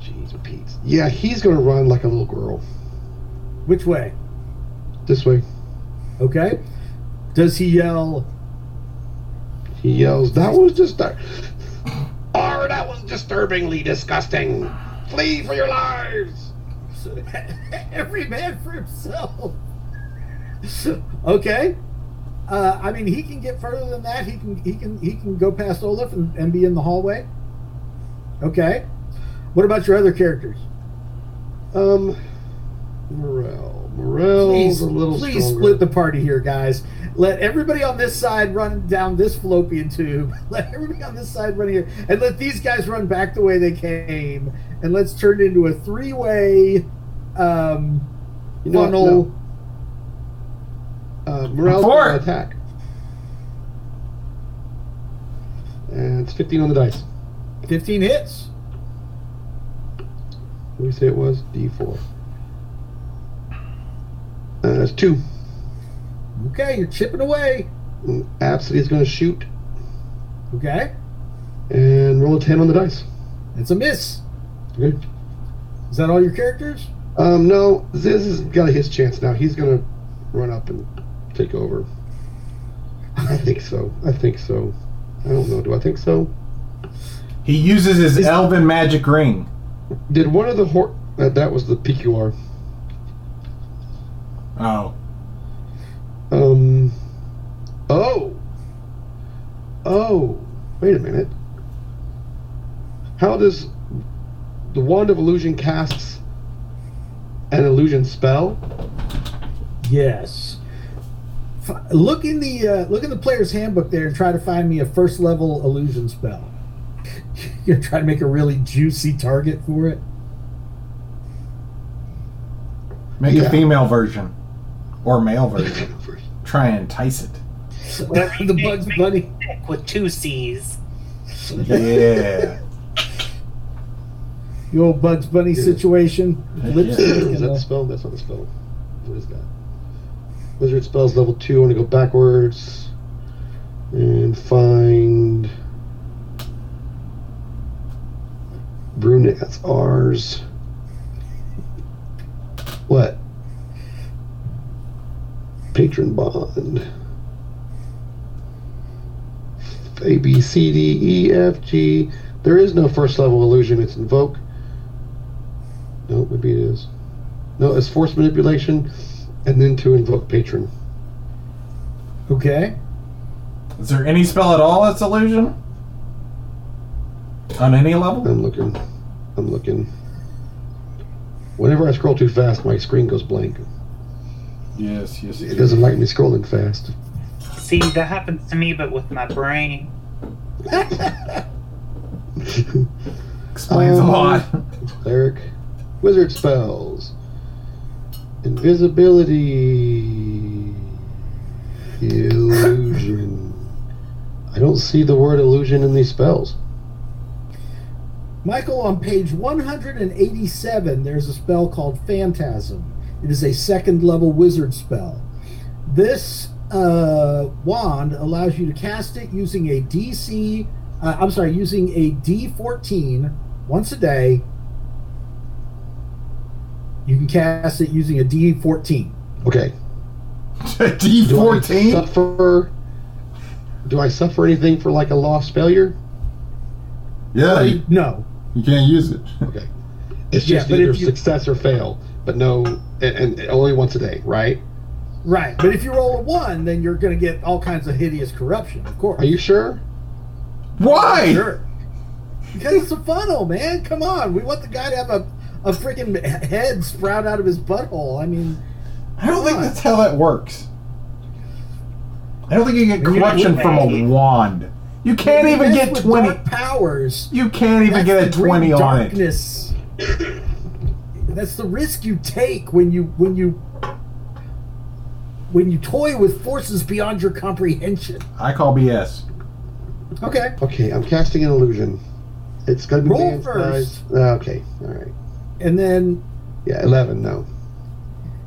jeez, Pete. Yeah, he's gonna run like a little girl
Which way?
this way.
Okay. Does he yell?
He yells, "That was just that." that was disturbingly disgusting. Flee for your lives.
(laughs) Every man for himself. okay. Uh, I mean, he can get further than that. He can he can he can go past Olaf and, and be in the hallway. Okay. What about your other characters?
Um, Morel. Morel's
Please,
a little
please
stronger.
split the party here, guys. Let everybody on this side run down this fallopian tube. (laughs) Let everybody on this side run here, and let these guys run back the way they came. And let's turn it into a three-way um,
You know what?
funnel.
No. Uh, Morel's
Four.
gonna attack. And it's 15 on the dice.
15 hits.
What do we say it was? D4. Uh, it's two.
Okay, you're chipping away.
And Absidy's going to shoot
Okay,
and roll a 10 on the dice.
it's a miss.
Okay.
Is that all your characters?
Um, no, Ziz has got his chance now. He's going to run up and take over. I think so. I think so. I don't know. Do I think so?
He uses his elven magic ring.
Did one of the hor- uh, that was the PQR.
Oh.
Um. Oh. Oh. Wait a minute. How does the wand of illusion casts an illusion spell? (laughs)
Yes. F- look in the uh, look in the player's handbook there and try to find me a first level illusion spell. (laughs) You're gonna try to make a really juicy target for it. (laughs)
Make
Yeah.
a female version. Or male
(laughs)
version. Try and entice it.
the Bugs Bunny.
Dick with two C's.
Yeah.
You old Bugs Bunny situation. Lip sync
is
and
that the
the-
spell? That's not the spell. What is that? Wizard spells level two. I want to go backwards and find brunette. That's ours. What? Patron bond. A B C D E F G. There is no first level illusion. It's invoke. No, maybe it is. No, it's force manipulation, and then to invoke patron.
Okay.
Is there any spell at all that's illusion? On any level?
I'm looking. I'm looking. Whenever I scroll too fast, my screen goes blank.
Yes, yes.
It doesn't like me scrolling fast.
See, that happens to me, but with my brain.
Explains
Um,
a lot. (laughs)
Cleric, wizard spells, invisibility, illusion. I don't see the word illusion in these spells.
Michael, on page 187, there's a spell called Phantasm. It is a second level wizard spell. This uh, wand allows you to cast it using a DC, uh, I'm sorry, using a D14 once a day. You can cast it using a D14.
Okay. Do I
D14?
suffer? Do I suffer anything for like a lost failure?
Yeah, you,
No.
you can't use it. (laughs)
Okay. It's
Yeah,
just
but
either
if you-
success or fail, but no, and, and only once a day, right?
Right. But if you roll a one, then you're going to get all kinds of hideous corruption, of course.
Are you sure?
Why?
Sure. Because it's a funnel, man. Come on. We want the guy to have a, a freaking head sprout out of his butthole. I mean,
I don't think
Why?
that's how that works. I don't think you get
you're not
corruption
getting
from a
any.
wand. You can't even
Mess
get
with
20.
dark powers.
You can't even
That's
get a
the grim
20 on it.
darkness. That's the risk you take when you when you when you toy with forces beyond your comprehension.
I call BS.
Okay.
Okay, I'm casting an illusion. It's gonna be
Roll
damaged
first.
by- uh, okay, all right.
And then
Yeah, eleven. No.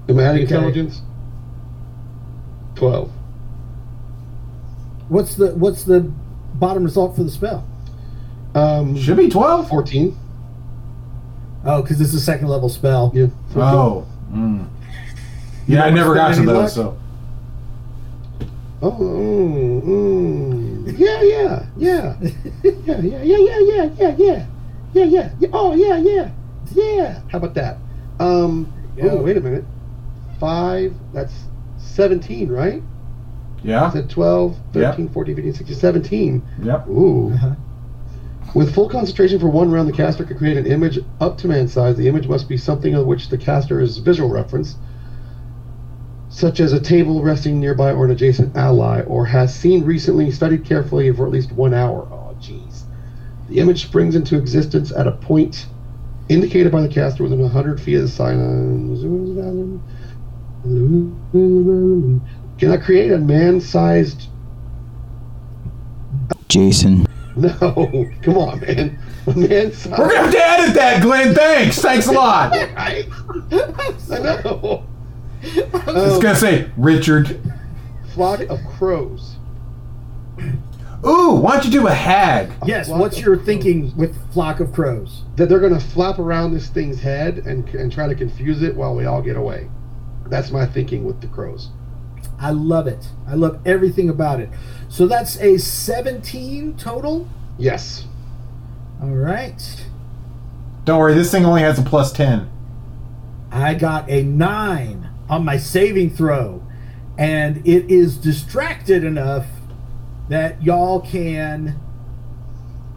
Am I adding
Okay.
intelligence? Twelve.
what's the what's the bottom result for the spell?
Um,
Should be 12.
fourteen.
Oh, because it's a second level spell.
Yeah. 14.
Oh. Mm. Yeah, I never got to
spend any
those,
luck?
so.
Oh. Mm, mm. Yeah, yeah, yeah, yeah, yeah, yeah, yeah, yeah, yeah, yeah, yeah, yeah, yeah. Oh, yeah, yeah, yeah. How about that? Um,
Yeah.
oh, wait a minute. Five. That's seventeen, right? I
Yeah?
said 12,
Yeah.
13, 14, 15, 16, 17.
Yep.
Ooh.
Uh-huh.
With full concentration for one round, the caster can create an image up to man size. The image must be something of which the caster is visual reference, such as a table resting nearby or an adjacent ally, or has seen recently, studied carefully for at least one hour. Oh, jeez. The image springs into existence at a point indicated by the caster within 100 feet of the sign. Cannot create a man sized
Jason.
(laughs) No, come on, man. Man, sorry.
We're gonna have to edit that, Glenn. Thanks. Thanks a lot. (laughs)
I, I know.
It's
Um,
gonna say Richard.
flock of crows.
Ooh, why don't you do a hag?
Yes,
Flock
what's
of
your
crows.
thinking with flock of crows?
That they're gonna flap around this thing's head and and try to confuse it while we all get away. That's my thinking with the crows.
I love it. I love everything about it. So that's a 17 total.
Yes.
All right.
Don't worry, this thing only has a plus ten.
I got a 9 on my saving throw, and it is distracted enough that y'all can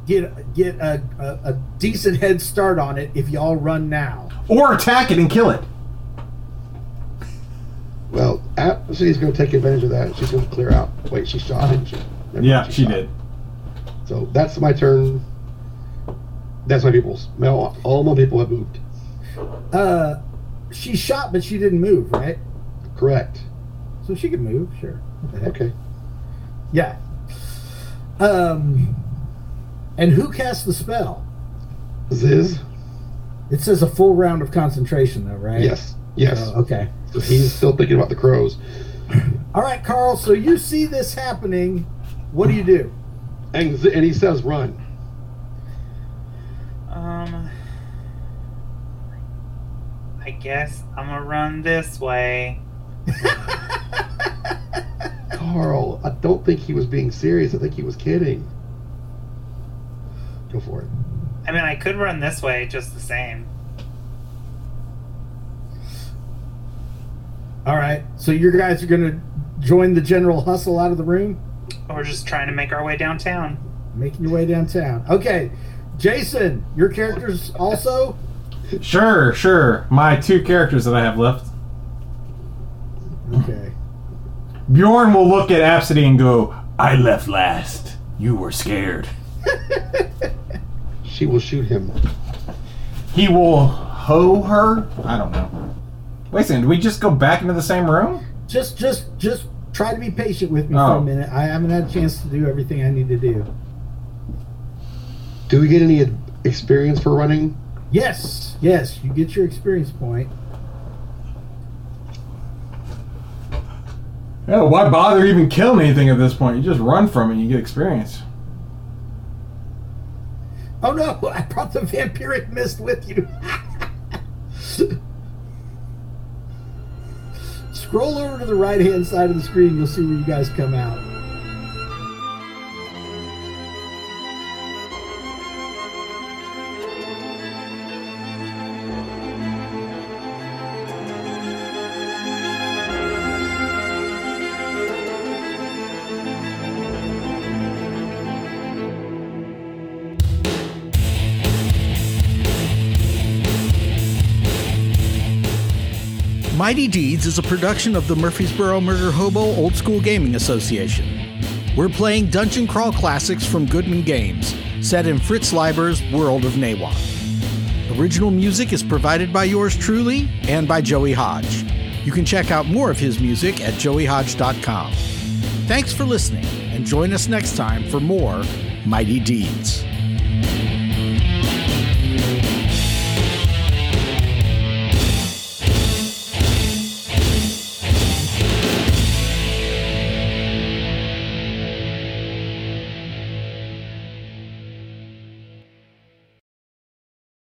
get get a, a, a decent head start on it if y'all run now.
Or attack it and kill it.
Well, Ap- she's gonna take advantage of that. She's gonna clear out. Wait, she shot, didn't she? Never mind, shot. So that's my turn. That's my people's. Now all my people have moved.
Uh, she shot, but she didn't move, right?
Correct.
So she could move, sure. What the heck?
Okay.
Yeah. Um, and who cast the spell?
Ziz.
It says a full round of concentration, though, right?
Yes. Yes.
Uh,
Oh, okay.
So he's still thinking about the crows.
All right, Carl. So you see this happening. What do you do?
And, Z- and he says, run.
Um, I guess I'm gonna run this way.
Carl, I don't think he was being serious. I think he was kidding. Go for it.
I mean, I could run this way just the same.
All right. So you guys are going to join the general hustle out of the room,
We're just trying to make our way downtown.
making your way downtown. Okay. Jason, your character's also.
Sure, sure. My two characters that I have left.
Okay.
Bjorn will look at Absidy and go, I left last. You were scared.
She will shoot him.
He will hoe her? I don't know. Wait a second, did we just go back into the same room?
Just, just, just try to be patient with me for
Oh.
a minute. I haven't had a chance to do everything I need to do.
Do we get any experience for running?
Yes, yes, you get your experience point.
Yeah, why bother even killing anything at this point? You just run from it and you get experience.
Oh no, (laughs) I brought the vampiric mist with you. (laughs) Scroll over to the right hand side of the screen, you'll see where you guys come out.
Mighty Deeds is a production of the Murfreesboro Murder Hobo Old School Gaming Association. We're playing Dungeon Crawl classics from Goodman Games, set in Fritz Leiber's World of Nawa. Original music is provided by yours truly and by Joey Hodge. You can check out more of his music at joeyhodge.com. Thanks for listening, and join us next time for more Mighty Deeds.